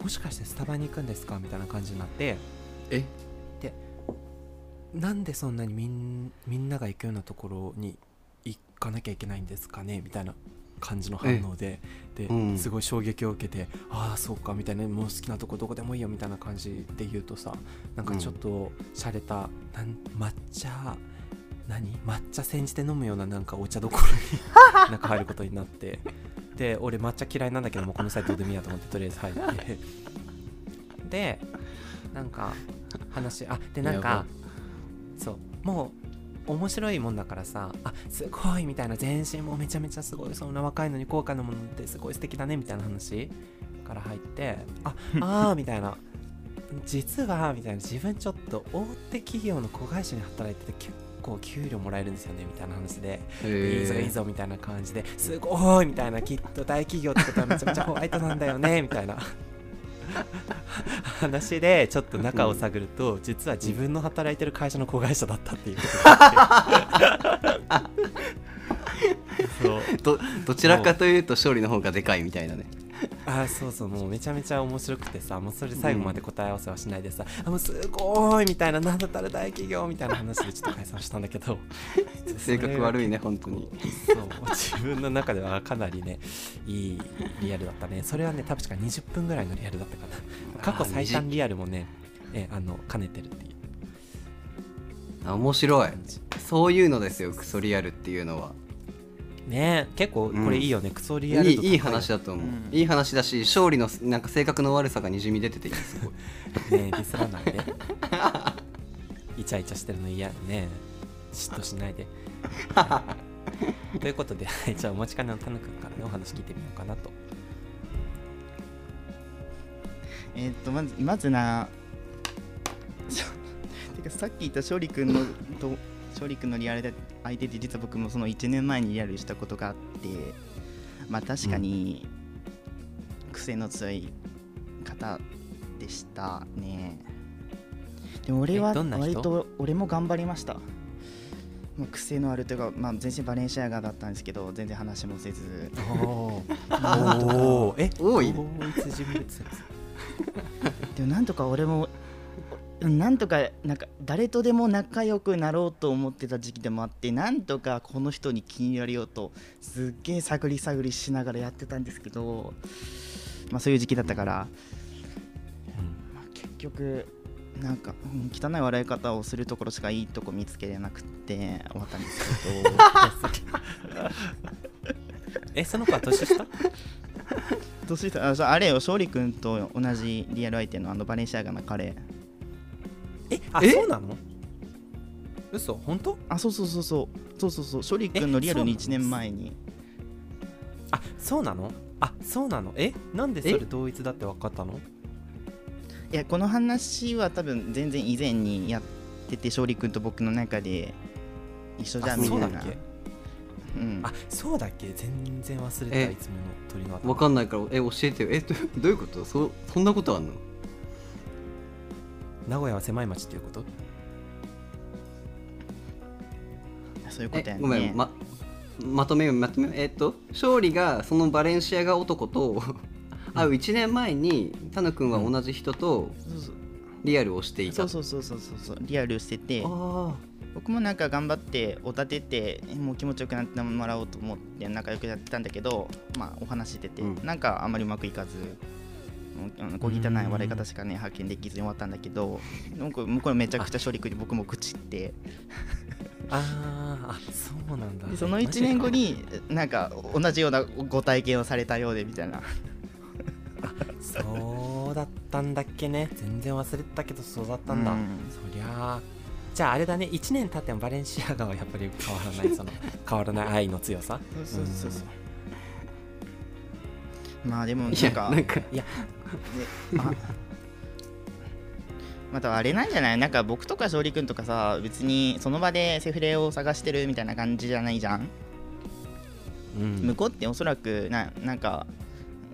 Speaker 1: もしかしてスタバに行くんですかみたいな感じになって
Speaker 2: え
Speaker 1: なんでそんなにみんみんなが行くようなところに行かなきゃいけないんですかねみたいな感じの反応でで、
Speaker 2: うん
Speaker 1: すごい衝撃を受けてああそうかみたいなもう好きなとこどこでもいいよみたいな感じで言うとさなんかちょっと洒落た、なん抹茶何抹茶煎じて飲むようななんかお茶どころに なんか入ることになってで俺抹茶嫌いなんだけどもうこの際どうでもいいやと思ってとりあえず入ってでなんか話あでなん
Speaker 2: やば
Speaker 1: かそうもう面白いもんだからさあすごいみたいな全身もめちゃめちゃすごいそんな若いのに高価なものってすごい素敵だねみたいな話から入って ああーみたいな実はみたいな自分ちょっと大手企業の子会社に働いてて結構給料もらえるんですよねみたいな話でいいぞ
Speaker 2: へえ
Speaker 1: いいぞみたいな感じですごいみたいなきっと大企業ってことはめちゃめちゃホワイトなんだよ ねみたいな話でちょっと中を探ると実は自分の働いてる会社の子会社だったっていうことがあってそう
Speaker 2: どどちらかというと勝利の方がでかいみたいなね
Speaker 1: あーそうそうもうめちゃめちゃ面白くてさもうそれ最後まで答え合わせはしないでさ、あもうすごいみたいななんだったら大企業みたいな話でちょっと解散したんだけど
Speaker 2: 性格悪いね本当
Speaker 1: それは
Speaker 2: に
Speaker 1: 結構そう自分の中ではかなりねいいリアルだったねそれはね確か20分ぐらいのリアルだったかな過去最短リアルもねえあの兼ねてるっていう
Speaker 2: あ面白い
Speaker 1: 感じ
Speaker 2: そういうのですよクソリアルっていうのは
Speaker 1: ねえ結構これいいよね、クソ
Speaker 2: い
Speaker 1: リアル
Speaker 2: い
Speaker 1: 度
Speaker 2: いい
Speaker 1: 高よ
Speaker 2: 話だと思う、
Speaker 3: うん
Speaker 2: いい話だし勝利のなん か性格の悪さがにじみ出てていいすごい
Speaker 1: ねえディスらないでイチャイチャしてるの嫌やね嫉妬しないでということではいじゃあお待ちかねのたぬくんからねお話聞いてみようかなと
Speaker 3: えーっとまずまずなそうてかさっき言った勝利君のと勝利君のリアルで相手で実は僕もその1年前にリアルしたことがあってまあ確かに癖の強い方でしたねでも俺は
Speaker 1: えどんな人
Speaker 3: 割と俺も頑張りましたまあ癖のあるというか、まあ、全身バレンシアガだったんですけど全然話もせず
Speaker 1: お
Speaker 3: ー
Speaker 1: おえ
Speaker 2: 多いね
Speaker 1: 同一人物
Speaker 3: でもなんとか俺もなんとかなんか誰とでも仲良くなろうと思ってた時期でもあってなんとかこの人に気に入られようとすっげえ探り探りしながらやってたんですけど、まあ、そういう時期だったから、
Speaker 1: うん
Speaker 3: まあ、結局なんか、うん汚い笑い方をするところしかいいとこ見つけれなくて終わったんですけど
Speaker 1: えその子は年下
Speaker 3: 年下あそうあれよ勝利君と同じリアル相手のあのバレンシアガの彼
Speaker 1: えあ
Speaker 2: え
Speaker 1: そうなの嘘本当
Speaker 3: あそうそうそうそうそうそうそう勝利君のリアルに
Speaker 1: え
Speaker 3: 1年前に。
Speaker 1: あそうなのあそうなのえなんでそれ同一だって分かったの
Speaker 3: いやこの話は多分全然以前にやってて勝利君と僕の中で一緒じゃ
Speaker 1: あ
Speaker 3: んみた
Speaker 1: そ
Speaker 3: いう
Speaker 1: だ
Speaker 3: な
Speaker 1: っけ
Speaker 3: うん
Speaker 1: あそうだっけ全然忘れた
Speaker 2: え
Speaker 1: いつもの鳥の頭
Speaker 2: わかんないからえ教えてよえどどういうことそそんなことあんの
Speaker 1: 名古屋は狭い町っていうこと
Speaker 3: そういうこ
Speaker 2: え
Speaker 3: とやね
Speaker 2: ごめんままとめようまとめようえっと勝利がそのバレンシアガ男と会う1年前にタヌ君は同じ人と
Speaker 3: そうそう
Speaker 2: リアルをしていた、
Speaker 3: そうそうそうそうそうそうリアルしてて
Speaker 2: あ
Speaker 3: 僕もなんか頑張っておだててもう気持ちよくなってもらおうと思って仲良くやってたんだけどまあお話してて、
Speaker 2: うん
Speaker 3: なんかあんまりうまくいかずもうあの小汚い笑い方しかね発見できずに終わったんだけどなんか向こうめちゃくちゃ勝利君に僕も愚痴って
Speaker 1: あーあそうなんだ
Speaker 3: でその1年後 になんか同じようなご体験をされたようでみたいな
Speaker 1: そうだったんだっけね全然忘れてたけどそうだったんだ、
Speaker 3: うん
Speaker 1: そりゃあじゃああれだね1年経ってもバレンシアガはやっぱり変わらないその変わらない愛の強さ
Speaker 3: そうそうそう
Speaker 1: う
Speaker 3: まあでも
Speaker 2: あ
Speaker 3: ない
Speaker 2: や
Speaker 3: んか
Speaker 2: なんか
Speaker 3: ねあまたあれなんじゃないなんか僕とか勝利君とかさ別にその場でセフレを探してるみたいな感じじゃないじゃん、
Speaker 1: ん、うん
Speaker 3: 向こうっておそらくななんか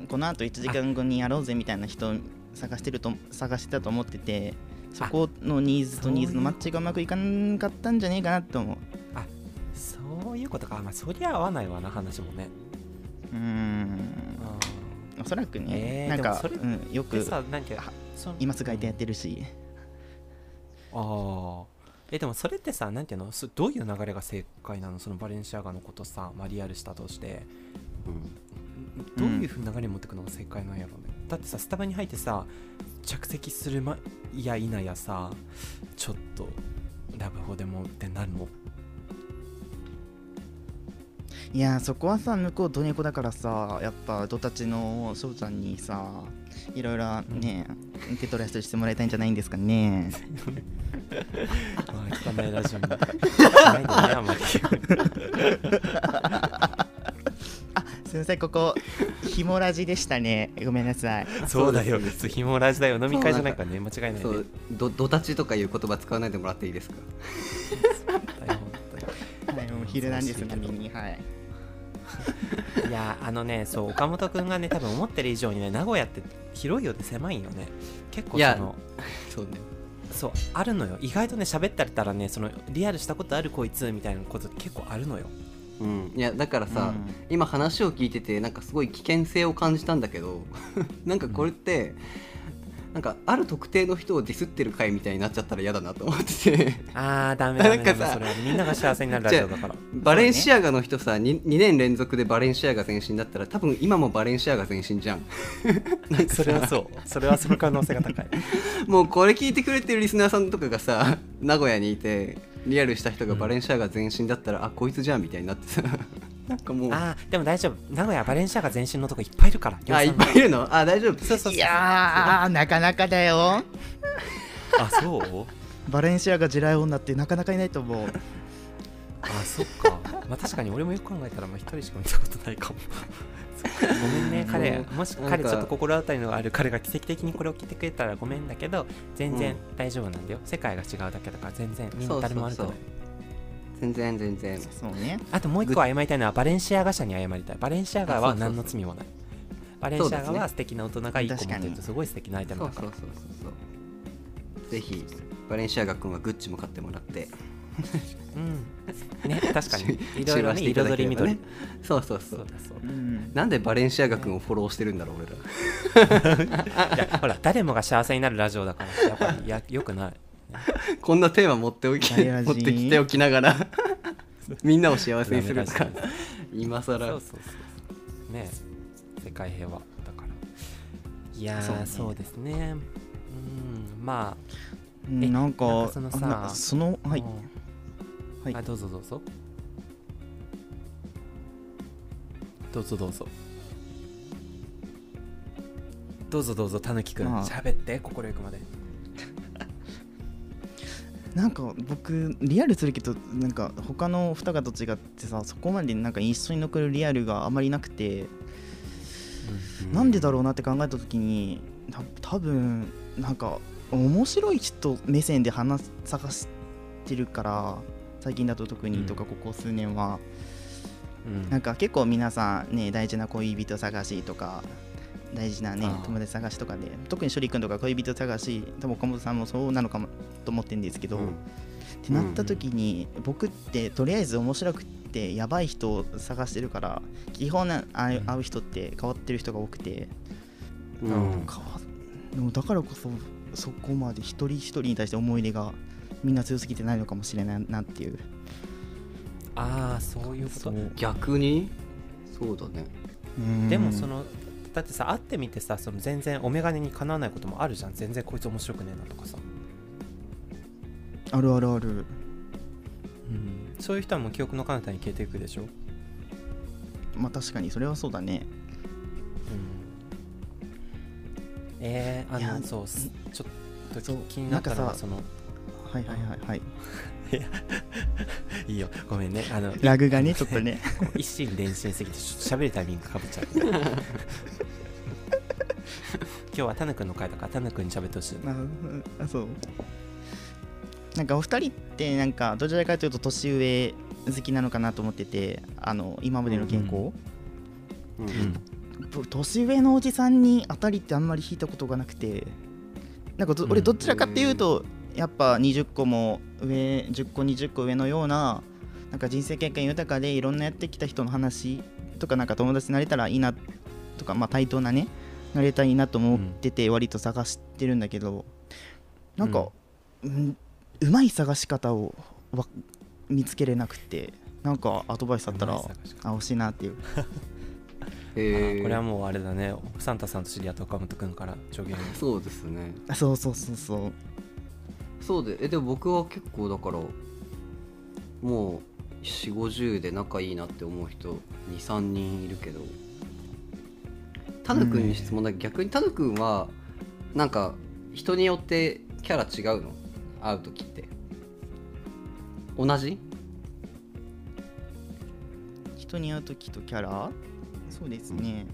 Speaker 3: このあと1時間後にやろうぜみたいな人探してると探してたと思っててそこのニーズとニーズのマッチがうまくいかんかったんじゃねえかなと思う
Speaker 1: そういうことかまあそりゃ合わないわな話もね
Speaker 3: うーん
Speaker 1: あ
Speaker 3: おそらくね、
Speaker 1: えー
Speaker 3: なんか、
Speaker 1: でもそれ
Speaker 3: うん、よ
Speaker 1: ーで
Speaker 3: く
Speaker 1: さなんか
Speaker 3: あ
Speaker 1: その
Speaker 3: 今すぐ相手やってるし、
Speaker 1: ああえでもそれってさなんていうのそどういう流れが正解なのそのバレンシアガのことさ、まあ、リアルしたとしてどういうふうに流れに持ってくのが正解なんやろね、だってさスタバに入ってさ着席するまいやいなやさちょっとラブホでもってなるの
Speaker 3: いやーそこはさ向こうドネコだからさやっぱドタチの翔ちゃんにさいろいろね、受け取らせてしてもらいたいんじゃないんです かね
Speaker 1: まあ聞かないラジオに ないんだねあんまり
Speaker 3: すいませんここひもラジでしたねごめんなさい
Speaker 1: そうだよそうひもラジだよ飲み会じゃないからね間違いないね
Speaker 2: そ
Speaker 1: そう
Speaker 2: うどドタチとかいう言葉使わないでもらっていいですか
Speaker 1: だよ本当に
Speaker 3: はいもう昼な んです並みにはい
Speaker 1: いやあのねそう岡本君がね多分思ってる以上にね名古屋って広いよって狭いよね結構
Speaker 2: いや
Speaker 1: その
Speaker 2: そうね
Speaker 1: そうあるのよ意外とね喋ったりたらねそのリアルしたことあるこいつみたいなこと結構あるのよ
Speaker 2: うんいやだからさ、
Speaker 3: うん
Speaker 2: 今話を聞いててなんかすごい危険性を感じたんだけど なんかこれって、なんかある特定の人をディスってる回みたいになっちゃったら嫌だなと思って て
Speaker 1: あーダメダメ
Speaker 2: なん
Speaker 1: ダ
Speaker 2: か
Speaker 1: メ
Speaker 2: さ
Speaker 1: それはみんなが幸せになるラジオだから
Speaker 2: バレンシアガの人さ 2, 年連続でバレンシアガ前進だったら多分今もバレンシアガ前進 じゃんなんかさ
Speaker 1: それはそうそれはその可能性が高い
Speaker 2: もうこれ聞いてくれてるリスナーさんとかがさ名古屋にいてリアルした人がバレンシアガ前進だったら、あこいつじゃんみたいになってさ なんかもう あ
Speaker 1: あーでも大丈夫名古屋はバレンシアガ全身のとこいっぱいいるから
Speaker 2: いっぱいいるのあ大丈夫
Speaker 1: そうそうそう
Speaker 3: いやーなかなかだよ
Speaker 1: あそう
Speaker 3: バレンシアが地雷女ってなかなかいないと思う
Speaker 1: あそっかまあ確かに俺もよく考えたらまあ一人しか見たことないか もそっかごめんね彼もし
Speaker 2: なんか
Speaker 1: 彼ちょっと心当たりのある彼が奇跡的にこれを聞いてくれたらごめんだけど全然大丈夫なんだよ、世界が違うだけだから全然みんな誰も悪くない
Speaker 2: そうそう全然全然
Speaker 3: そうね
Speaker 1: あともう一個謝りたいのはバレンシアガ社に謝りたいバレンシアガは何の罪もないバレンシアガは素敵な大人がいい子持って
Speaker 3: そう
Speaker 1: る
Speaker 3: です
Speaker 1: と
Speaker 3: ね
Speaker 1: すごい素敵なアイテム
Speaker 2: そ
Speaker 1: だ
Speaker 2: う
Speaker 1: か
Speaker 2: そう
Speaker 1: ら
Speaker 2: そうそうそうぜひバレンシアガ君はグッチも買ってもらって
Speaker 1: うんね確かにいろい
Speaker 2: 収
Speaker 1: ろ
Speaker 2: 納
Speaker 1: ね
Speaker 2: していただ
Speaker 1: 彩
Speaker 2: け
Speaker 1: り
Speaker 2: ればね
Speaker 1: 緑
Speaker 2: そうそう
Speaker 1: そ
Speaker 2: そ
Speaker 1: ううだそう
Speaker 3: うん
Speaker 2: なんでバレンシアガ君をフォローしてるんだろう俺ら
Speaker 1: だいやほら誰もが幸せになるラジオだからやっぱりやよく ない
Speaker 2: こんなテーマ持っておき
Speaker 3: ガヤ
Speaker 2: 持
Speaker 3: 人
Speaker 2: ってきておきながら みんなを幸せにするとか
Speaker 1: ダメ
Speaker 2: 今
Speaker 1: そうそ
Speaker 2: 更
Speaker 1: うそうそうねえ世界平和だからいやー
Speaker 3: そ
Speaker 1: そうう,、
Speaker 3: ね
Speaker 1: ですねうんま
Speaker 3: うん
Speaker 1: え
Speaker 3: なんか
Speaker 1: なんかそのさ
Speaker 3: あなんかその
Speaker 1: あ
Speaker 3: はい
Speaker 1: もう
Speaker 3: はい
Speaker 1: あどうぞどうぞどうぞどうぞどうぞどうぞたぬきくん
Speaker 3: まあ
Speaker 1: 喋って心ゆくまで
Speaker 3: なんか僕リアルするけどなんか他の二方と違ってさそこまでなんか一緒に残るリアルがあまりなくてなんでだろうなって考えた時にた多分なんか面白い人目線で話す探してるから最近だと特にとかここ数年
Speaker 1: う
Speaker 3: は、
Speaker 1: ん
Speaker 3: なんか結構皆さんね大事な恋人探しとか大事なね
Speaker 2: ああ
Speaker 3: 友達探しとかで特に処理君とか恋人探し多分岡本さんもそうなのかもと思ってるんですけど、
Speaker 2: うん
Speaker 3: ってなった時に、僕ってとりあえず面白くってやばい人を探してるから基本なあ
Speaker 1: うん
Speaker 3: 会う人って変わってる人が多くて、
Speaker 2: うん
Speaker 1: うん
Speaker 3: 変わでもだからこそそこまで一人一人に対して思い入れがみんな強すぎてないのかもしれないなっていう
Speaker 1: ああそういうこと
Speaker 3: う
Speaker 2: 逆にそうだね
Speaker 3: うん
Speaker 1: でもそのだってさ会ってみてさその全然お眼鏡にかなわないこともあるじゃん全然こいつ面白くねえなとかさ、
Speaker 3: あるあるある
Speaker 1: うん、そういう人はもう記憶の彼方に消えていくでしょ、うん、
Speaker 3: まあ確かにそれはそうだね
Speaker 1: えー、
Speaker 3: い
Speaker 1: あ
Speaker 3: や
Speaker 1: のそうすちょっと
Speaker 3: そう
Speaker 1: 気になったの
Speaker 3: なん
Speaker 1: は
Speaker 3: かさ
Speaker 1: その
Speaker 3: はいはいはいはい
Speaker 1: いいよごめんねあ の
Speaker 3: ラグがねちょっとね
Speaker 1: こう一心伝心すぎてしゃべるタイミングかぶっちゃう今日はタヌくんの回だからタヌくんに喋ってほしい
Speaker 3: あうんあそうなんかお二人ってなんかどちらかというと年上好きなのかなと思っててあの今までの健康、
Speaker 2: うん
Speaker 3: 僕年上のおじさんに当たりってあんまり引いたことがなくてなんかど
Speaker 1: うん
Speaker 3: 俺どちらかっていうとやっぱ20個も上10個20個上のようななんか人生経験豊かでいろんなやってきた人の話とかなんか友達になれたらいいなとかまあ対等なねなれたらいいなと思ってて割と探してるんだけどなんかうんうまい探し方をわ見つけれなくてなんかアドバイスあったら
Speaker 1: うまい探し
Speaker 3: あ欲しいなっていう
Speaker 2: えー
Speaker 1: これはもうあれだねサンタさんと知り合った岡本くんから助言を
Speaker 2: そうですね
Speaker 3: あそうそうそうそう
Speaker 2: そうでえでも僕は結構だからもう4 5 0で仲いいなって思う人23人いるけどタヌ君に質問だけど、逆にタヌ君はなんか人によってキャラ違うの会う時って同じ
Speaker 3: 人に会う時とキャラそうですね、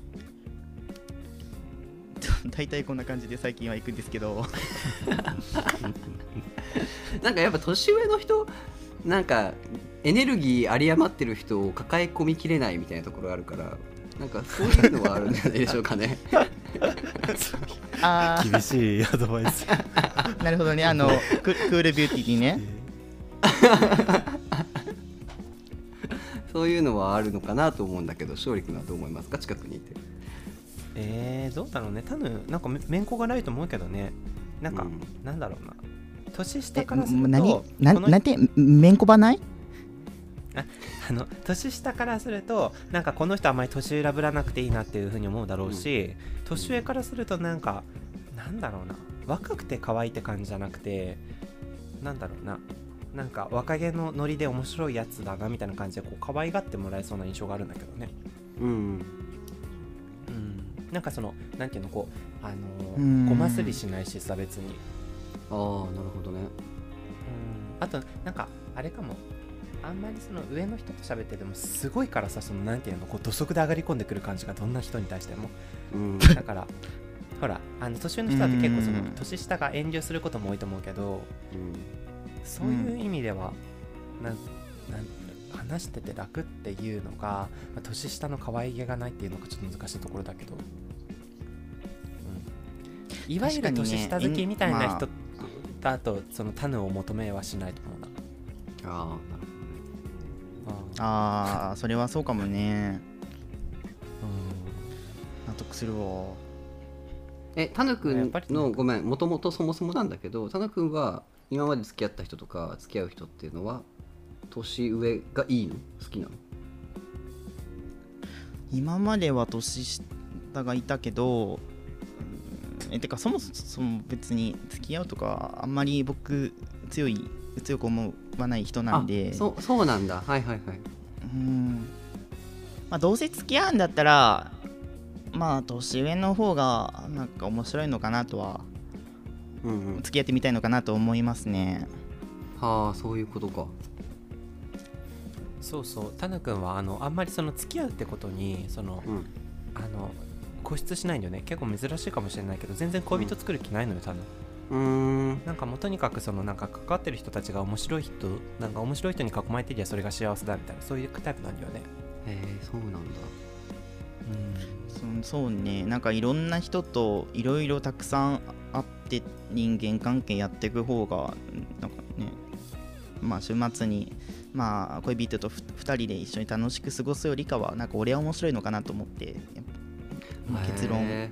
Speaker 3: 大体こんな感じで最近は行くんですけど
Speaker 2: なんかやっぱ年上の人なんかエネルギー有り余ってる人を抱え込みきれないみたいなところがあるからなんかそういうのはあるんじゃないでしょうか ね
Speaker 3: あ
Speaker 1: 厳しいアドバイ ス
Speaker 3: あなるほどねあのククールビューティーに ね
Speaker 2: そういうのはあるのかなと思うんだけど勝利君はどう思いますか近くにいて
Speaker 1: えー、どうだろうね多分なんかめ面子がないと思うけどねなんか、
Speaker 2: うん
Speaker 1: なんだろうな年下
Speaker 3: え
Speaker 1: からする
Speaker 3: も
Speaker 1: と
Speaker 3: う何
Speaker 1: こ
Speaker 3: な
Speaker 1: の
Speaker 3: んなんてめんこばない
Speaker 1: あの年下からするとなんかこの人あんまり年上ぶらなくていいなっていうふうに思うだろうし、年上からするとなんかなんだろうな若くて可愛いって感じじゃなくてなんだろうななんか若気のノリで面白いやつだなみたいな感じでこう可愛がってもらえそうな印象があるんだけどね、
Speaker 2: うん
Speaker 1: うん、なんかそのなんていうのこうあの
Speaker 3: うん
Speaker 1: ーごますりしないしさ別に
Speaker 2: ああなるほどね
Speaker 1: あとなんかあれかもあんまりその上の人と喋っててもすごいからさそのなんていうのこう土足で上がり込んでくる感じがどんな人に対 しても
Speaker 2: うん
Speaker 1: だからほらあの年上の人だって結構その
Speaker 3: うん
Speaker 1: 年下が遠慮することも多いと思うけど
Speaker 2: うん
Speaker 1: そういう意味では、なんなん話してて楽っていうのが、まあ年下の可愛げがないっていうのがちょっと難しいところだけど、うん、いわゆる
Speaker 3: 確かにね
Speaker 1: 年下好きみたい
Speaker 3: えん
Speaker 1: な
Speaker 3: まあ
Speaker 1: 人だとその他のを求めはしないと思うな。
Speaker 2: ああなる
Speaker 1: あ
Speaker 3: ああそれはそうかもね
Speaker 1: うん
Speaker 3: 納得するわ
Speaker 2: えタヌ
Speaker 1: やっ
Speaker 2: 君
Speaker 1: ぱりな
Speaker 2: の
Speaker 1: んか
Speaker 2: ごめんもともとそもそもなんだけどタヌ君は今まで付き合った人とか付き合う人っていうのは年上がいいの好きなの
Speaker 3: 今までは年下がいたけどうんえてかそもそも別に付き合うとかあんまり僕強い強く思わない人なんで
Speaker 2: あそうそうなんだはいはいはい
Speaker 3: うんまあどうせ付き合うんだったらまあ年上の方がなんか面白いのかなとは
Speaker 2: うんうん
Speaker 3: 付き合ってみたいのかなと思いますね
Speaker 2: はあそういうことか
Speaker 1: そうそうタヌ君はあのあんまりその付き合うってことにその
Speaker 2: うん
Speaker 1: あの固執しないんだよね結構珍しいかもしれないけど全然恋人作る気ないのよタヌ
Speaker 2: うーん
Speaker 1: なんかもうとにかくそのなんか関わってる人たちが面白い人なんか面白い人に囲まれてりゃそれが幸せだみたいなそういうタイプなんだよね。
Speaker 2: へえそうなんだ
Speaker 3: そそうねなんかいろんな人といろいろたくさん会って人間関係やっていく方がうんなんかねまあ週末にまあ恋人とふ2人で一緒に楽しく過ごすよりかはなんか俺は面白いのかなと思ってやっぱ
Speaker 2: へえ
Speaker 3: 結論、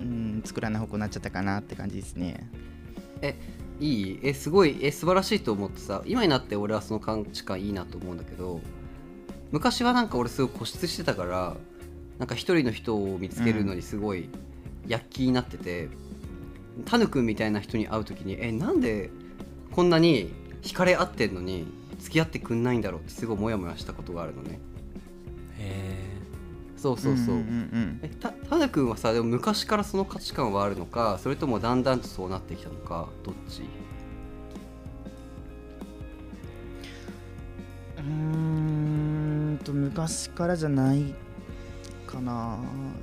Speaker 3: うん、作らない方向になっちゃったかなって感じですね
Speaker 2: いいえすごいえ素晴らしいと思ってさ今になって俺はその感知感いいなと思うんだけど昔はなんか俺すごい固執してたからなんか一人の人を見つけるのにすごい躍起になってて、タヌ君みたいな人に会う時にえなんでこんなに惹かれ合ってんのに付き合ってくんないんだろうってすごいモヤモヤしたことがあるのね
Speaker 1: へ
Speaker 2: そうそうそう、
Speaker 3: んん
Speaker 2: えたタヌ君はさでも昔からその価値観はあるのかそれともだんだんとそうなってきたのかどっち
Speaker 3: うんうーんと昔からじゃないかな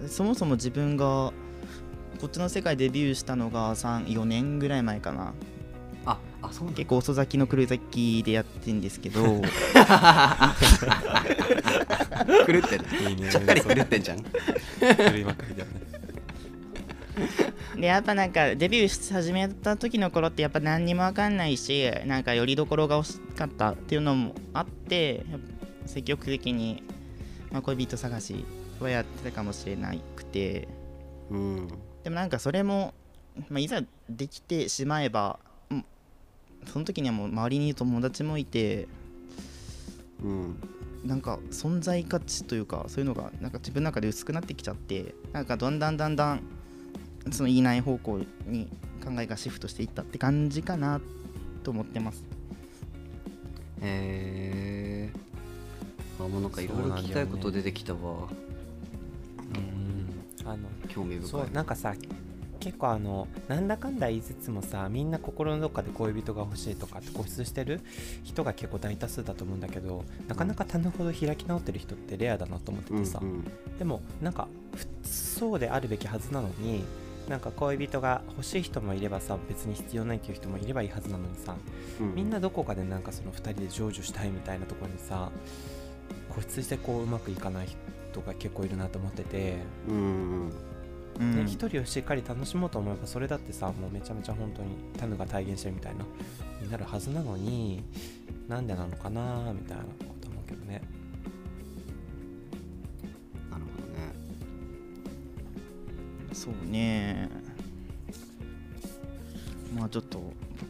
Speaker 3: そもそも自分がこっちの世界デビューしたのが34年ぐらい前かな
Speaker 2: ああそうなんだ
Speaker 3: 結構遅咲きの黒崎でやってんですけど
Speaker 2: 狂ってん
Speaker 1: え。いいね
Speaker 2: ちゃっかり狂ってんじゃん。
Speaker 1: 狂いまくりだよね。
Speaker 3: でやっぱなんかデビューし始めた時の頃ってやっぱ何にも分かんないしなんかよりどころが惜しかったっていうのもあってやっぱ積極的に、まあ、恋人探しはやってたかもしれなくて
Speaker 2: うん。
Speaker 3: でもなんかそれも、まあ、いざできてしまえばうんその時にはもう周りに友達もいて
Speaker 2: うん。
Speaker 3: なんか存在価値というかそういうのがなんか自分の中で薄くなってきちゃってなんかだんだんだんだんその言いない方向に考えがシフトしていったって感じかなと思ってます
Speaker 2: えー。あ、もうなんかいろいろ聞きたいこと出てきたわ。
Speaker 1: あの
Speaker 2: 興味深
Speaker 1: そ
Speaker 2: い。
Speaker 1: うなんかさ結構あのなんだかんだ言いつつもさみんな心のどっかで恋人が欲しいとかって固執してる人が結構大多数だと思うんだけどなかなか棚ほど開き直ってる人ってレアだなと思っててさ、
Speaker 2: うんうん
Speaker 1: でもなんかふそうであるべきはずなのになんか恋人が欲しい人もいればさ別に必要ないっていう人もいればいいはずなのにさ
Speaker 2: うん
Speaker 1: みんなどこかでなんかその2人で成就したいみたいなところにさ固執してこううまくいかない人が結構いるなと思ってて、
Speaker 2: うんうん
Speaker 3: うん
Speaker 1: ね、1人をしっかり楽しもうと思えばそれだってさもうめちゃめちゃ本当にタヌが体現してるみたいなになるはずなのになんでなのかなみたいなこと思うけど ね。
Speaker 2: なるほどね。
Speaker 3: そうねまあちょっと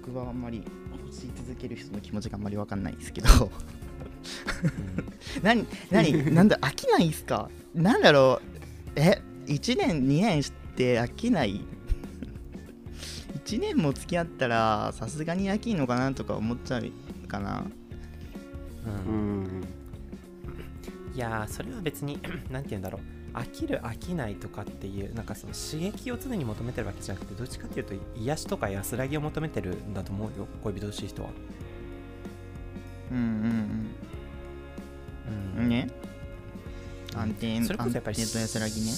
Speaker 3: 僕はあんまり欲しい続ける人の気持ちがあんまり分かんないですけど何 何なんだ飽きないっすかなんだろうえ1年2年して飽きない1年も付き合ったらさすがに飽きんのかなとか思っちゃうかな
Speaker 1: うん
Speaker 2: うんうん。
Speaker 1: いやーそれは別に なんて言うんだろう飽きる飽きないとかっていうなんかその刺激を常に求めてるわけじゃなくてどっちかっていうと癒しとか安らぎを求めてるんだと思うよ恋人欲しい人は
Speaker 3: うんうん
Speaker 1: う
Speaker 3: うんん。ね。安定、
Speaker 1: それこそやっぱり
Speaker 3: 安定と安らぎね。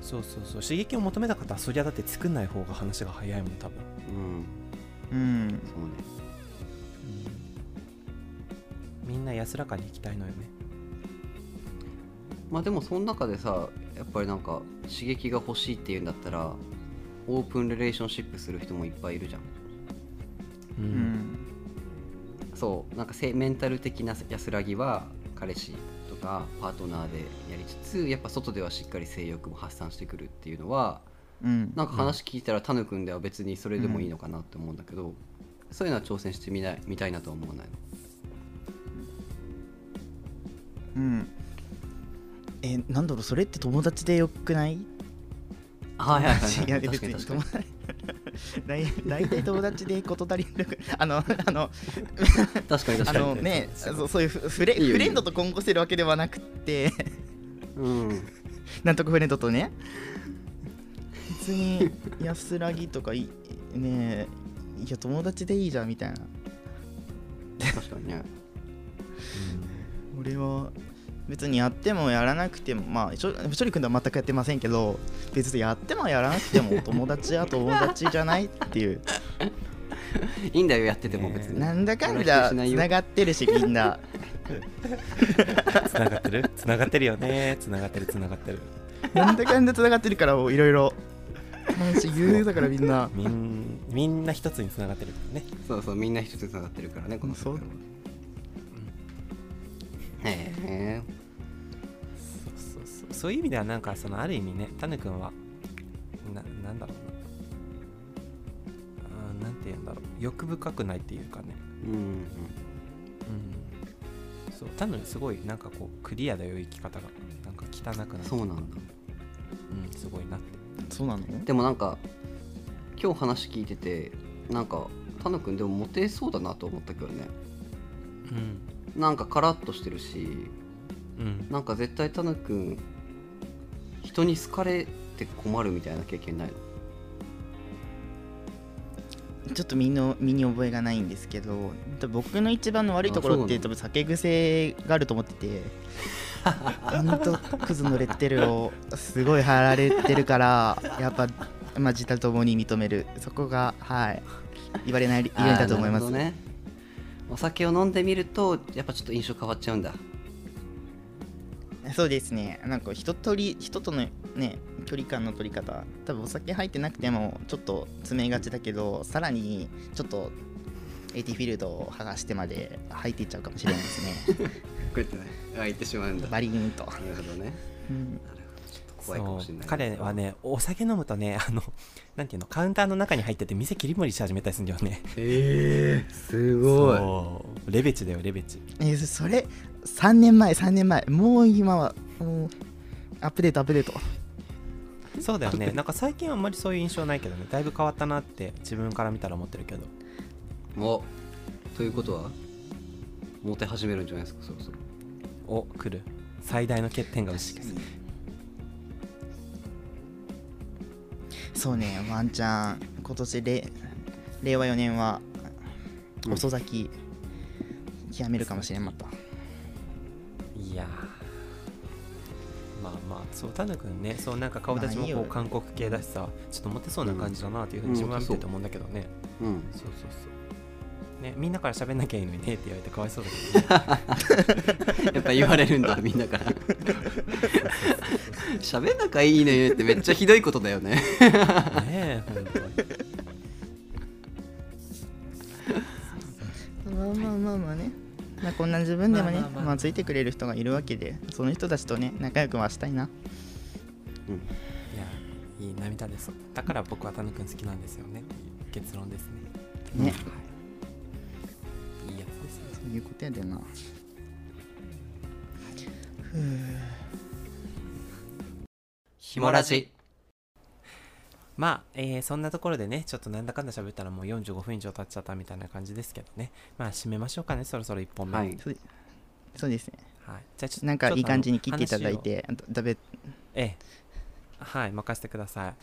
Speaker 1: そうそうそう刺激を求めた方はそりゃだって作んない方が話が早いもん多分、
Speaker 2: うん
Speaker 3: うん。
Speaker 2: そうね
Speaker 1: みんな安らかに行きたいのよね
Speaker 2: まあでもその中でさやっぱりなんか刺激が欲しいっていうんだったらオープンレレーションシップする人もいっぱいいるじゃん
Speaker 1: う
Speaker 3: うんん。
Speaker 2: そうなんかせメンタル的な安らぎは彼氏とかパートナーでやりつつやっぱ外ではしっかり性欲も発散してくるっていうのは
Speaker 3: うん。
Speaker 2: なんか話聞いたらタヌ君では別にそれでもいいのかなって思うんだけど、そういうのは挑戦してみないみたいなとは思わない
Speaker 3: うん。え、なんだろう、それって友達でよくない
Speaker 2: ああいやい
Speaker 3: いや
Speaker 2: やいや確
Speaker 3: 別
Speaker 2: かに
Speaker 3: に
Speaker 2: 確か
Speaker 3: 友
Speaker 2: に
Speaker 3: 達 大大体友達で事足りなくあのあの
Speaker 2: 確かに確
Speaker 3: あ
Speaker 2: かに
Speaker 3: のねそうそういうフフ
Speaker 2: い
Speaker 3: レ
Speaker 2: いよいいよ
Speaker 3: フレンドと混合してるわけではなくって
Speaker 2: うん
Speaker 3: なんとかフレンドとね別 に安らぎとかいねえいや友達でいいじゃんみたいな
Speaker 2: 確かにね
Speaker 3: 俺は別にやってもやらなくてもまあしょ処理君とは全くやってませんけど別にやってもやらなく ても友達は友達じゃないっていう
Speaker 2: いいんだよやってても別に、
Speaker 3: なんだかんだつ
Speaker 2: 俺は否定しないよ
Speaker 3: ながってるしみ んな
Speaker 1: つながってるつながってるよねつながってるつながってる
Speaker 3: なんだかんだつながってるからもういろいろなんし有名だからみんな
Speaker 1: みんみんな一つにつながってるからね
Speaker 2: そうそうみんな一つつながってるからねこの世界は
Speaker 3: そう
Speaker 2: へえ
Speaker 1: そうそうそうそういう意味ではなんかそのある意味ねタヌ君はななんだろうなあーなんて言うんだろう欲深くないっていうかね
Speaker 2: うん
Speaker 1: うんそうタヌすごいなんかこうクリアだよ生き方がなんか汚く
Speaker 2: う
Speaker 1: なんい
Speaker 2: そうなんだ
Speaker 1: うんすごいなって
Speaker 3: そうなの
Speaker 2: でもなんか今日話聞いててなんかタヌ君でもモテそうだなと思ったけどね
Speaker 1: うん
Speaker 2: なんかカラッとしてるし
Speaker 1: うん
Speaker 2: なんか絶対タヌ君人に好かれて困るみたいな経験ないの
Speaker 3: ちょっと身の身に覚えがないんですけど多分僕の一番の悪いところって
Speaker 2: あそ
Speaker 3: 多分酒癖があると思っ ててほんとクズのレッテルをすごい貼られてるからやっぱまあ自他ともに認めるそこがはい言われない理由だと思いま
Speaker 2: あ
Speaker 3: す
Speaker 2: ーなるほどねお酒を飲んでみるとやっぱちょっと印象変わっちゃうんだ
Speaker 3: そうですねなんか人とり人とのね距離感の取り方多分お酒入ってなくてもちょっと詰めがちだけどさらにちょっと AT フィールドを剥がしてまで入っていっちゃうかもしれないですね
Speaker 2: こうやってねあ言ってしまうんだな
Speaker 3: バリーンと、
Speaker 2: るほどね
Speaker 3: うん
Speaker 2: なるほどちょっと怖いかもしれない
Speaker 1: そう彼はねお酒飲むとねあのなんていうのカウンターの中に入ってて店切り盛りし始めたりするんだよね
Speaker 2: えー、すごい
Speaker 1: そうレベチだよレベチ
Speaker 3: えーそれ3年前3年前もう今はもうアップデートアップデート
Speaker 1: そうだよねなんか最近あんまりそういう印象ないけどねだいぶ変わったなって自分から見たら思ってるけど
Speaker 2: おということはモテ始めるんじゃないですかそろそろ
Speaker 1: お来る最大の欠点が失う
Speaker 3: そうねワンチャン今年れ令和4年は
Speaker 2: うん
Speaker 3: 遅咲き極めるかもしれんまた
Speaker 1: いやーまあまあそうタヌ君ねそうなんか顔立ちも
Speaker 3: まあいい
Speaker 1: こ
Speaker 3: よ
Speaker 1: う韓国系だしさちょっとモテそうな感じだなっていうふう
Speaker 2: うん
Speaker 1: に自分は見てて思うんだけどね、
Speaker 2: うん
Speaker 1: そうそうそうねみんなから喋んなきゃいいのにねって言われてかわいそうだけどね
Speaker 2: やっぱ言われるんだみんなから喋んなきゃいいのよってめっちゃひどいことだよ ね
Speaker 1: ねえ本当に
Speaker 3: まあまあまあまあね、まあ、こんな自分でもね
Speaker 1: まあまあまあ
Speaker 3: まあついてくれる人がいるわけでその人たちとね仲良くはしたいな
Speaker 1: やいい涙ですだから僕はタヌ君好きなんですよね結論ですね
Speaker 3: ね
Speaker 1: はいいいやつですよ
Speaker 3: そういうことやでな
Speaker 2: ひもラジ
Speaker 1: まあ、えーそんなところでね、ちょっとなんだかんだ喋ったらもう45分以上経っちゃったみたいな感じですけどね。まあ、締めましょうかね、そろそろ1本目。
Speaker 2: は
Speaker 1: はい。
Speaker 2: い
Speaker 3: そうそうですね
Speaker 1: じゃあちょっと、
Speaker 3: なんかいい感じに切っていただい
Speaker 1: ちょっとあの。話を
Speaker 3: てあとだべ
Speaker 1: ええ。はい、任せてください。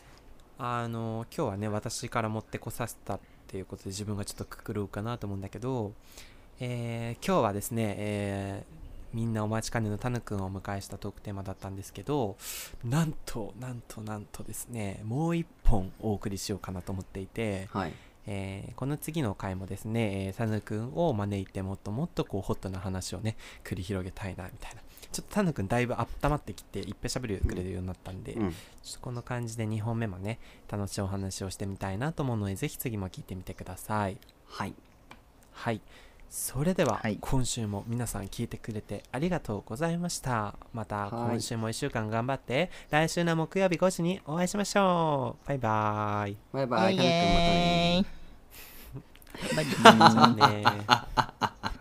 Speaker 1: あの、今日はね、私から持ってこさせたっていうことで自分がちょっとくくるかなと思うんだけど、えー今日はですね、えーみんなお待ちかねのタヌくんをお迎えしたトークテーマだったんですけどなんとなんとなんとですねもう一本お送りしようかなと思っていて、
Speaker 2: はい。
Speaker 1: えーこの次の回もですね、えー、タヌくんを招いてもっともっとこうホットな話をね繰り広げたいなみたいなちょっとタヌくんだいぶ温まってきていっぱいしゃべるくれるようになったんで、
Speaker 2: うん。
Speaker 1: ちょっとこの感じで2本目もね楽しいお話をしてみたいなと思うのでぜひ次も聞いてみてください
Speaker 2: はい。
Speaker 1: はいそれでは
Speaker 3: はい
Speaker 1: 今週も皆さん聞いてくれてありがとうございましたまた
Speaker 2: はい
Speaker 1: 今週も1週間頑張って来週の木曜日5時にお会いしましょうバイバーイ
Speaker 2: Oh,
Speaker 3: Kan
Speaker 2: バイバイ。
Speaker 3: イ
Speaker 2: タヌ君またね
Speaker 3: エー
Speaker 1: じ
Speaker 3: イバイバイ
Speaker 1: ゃあね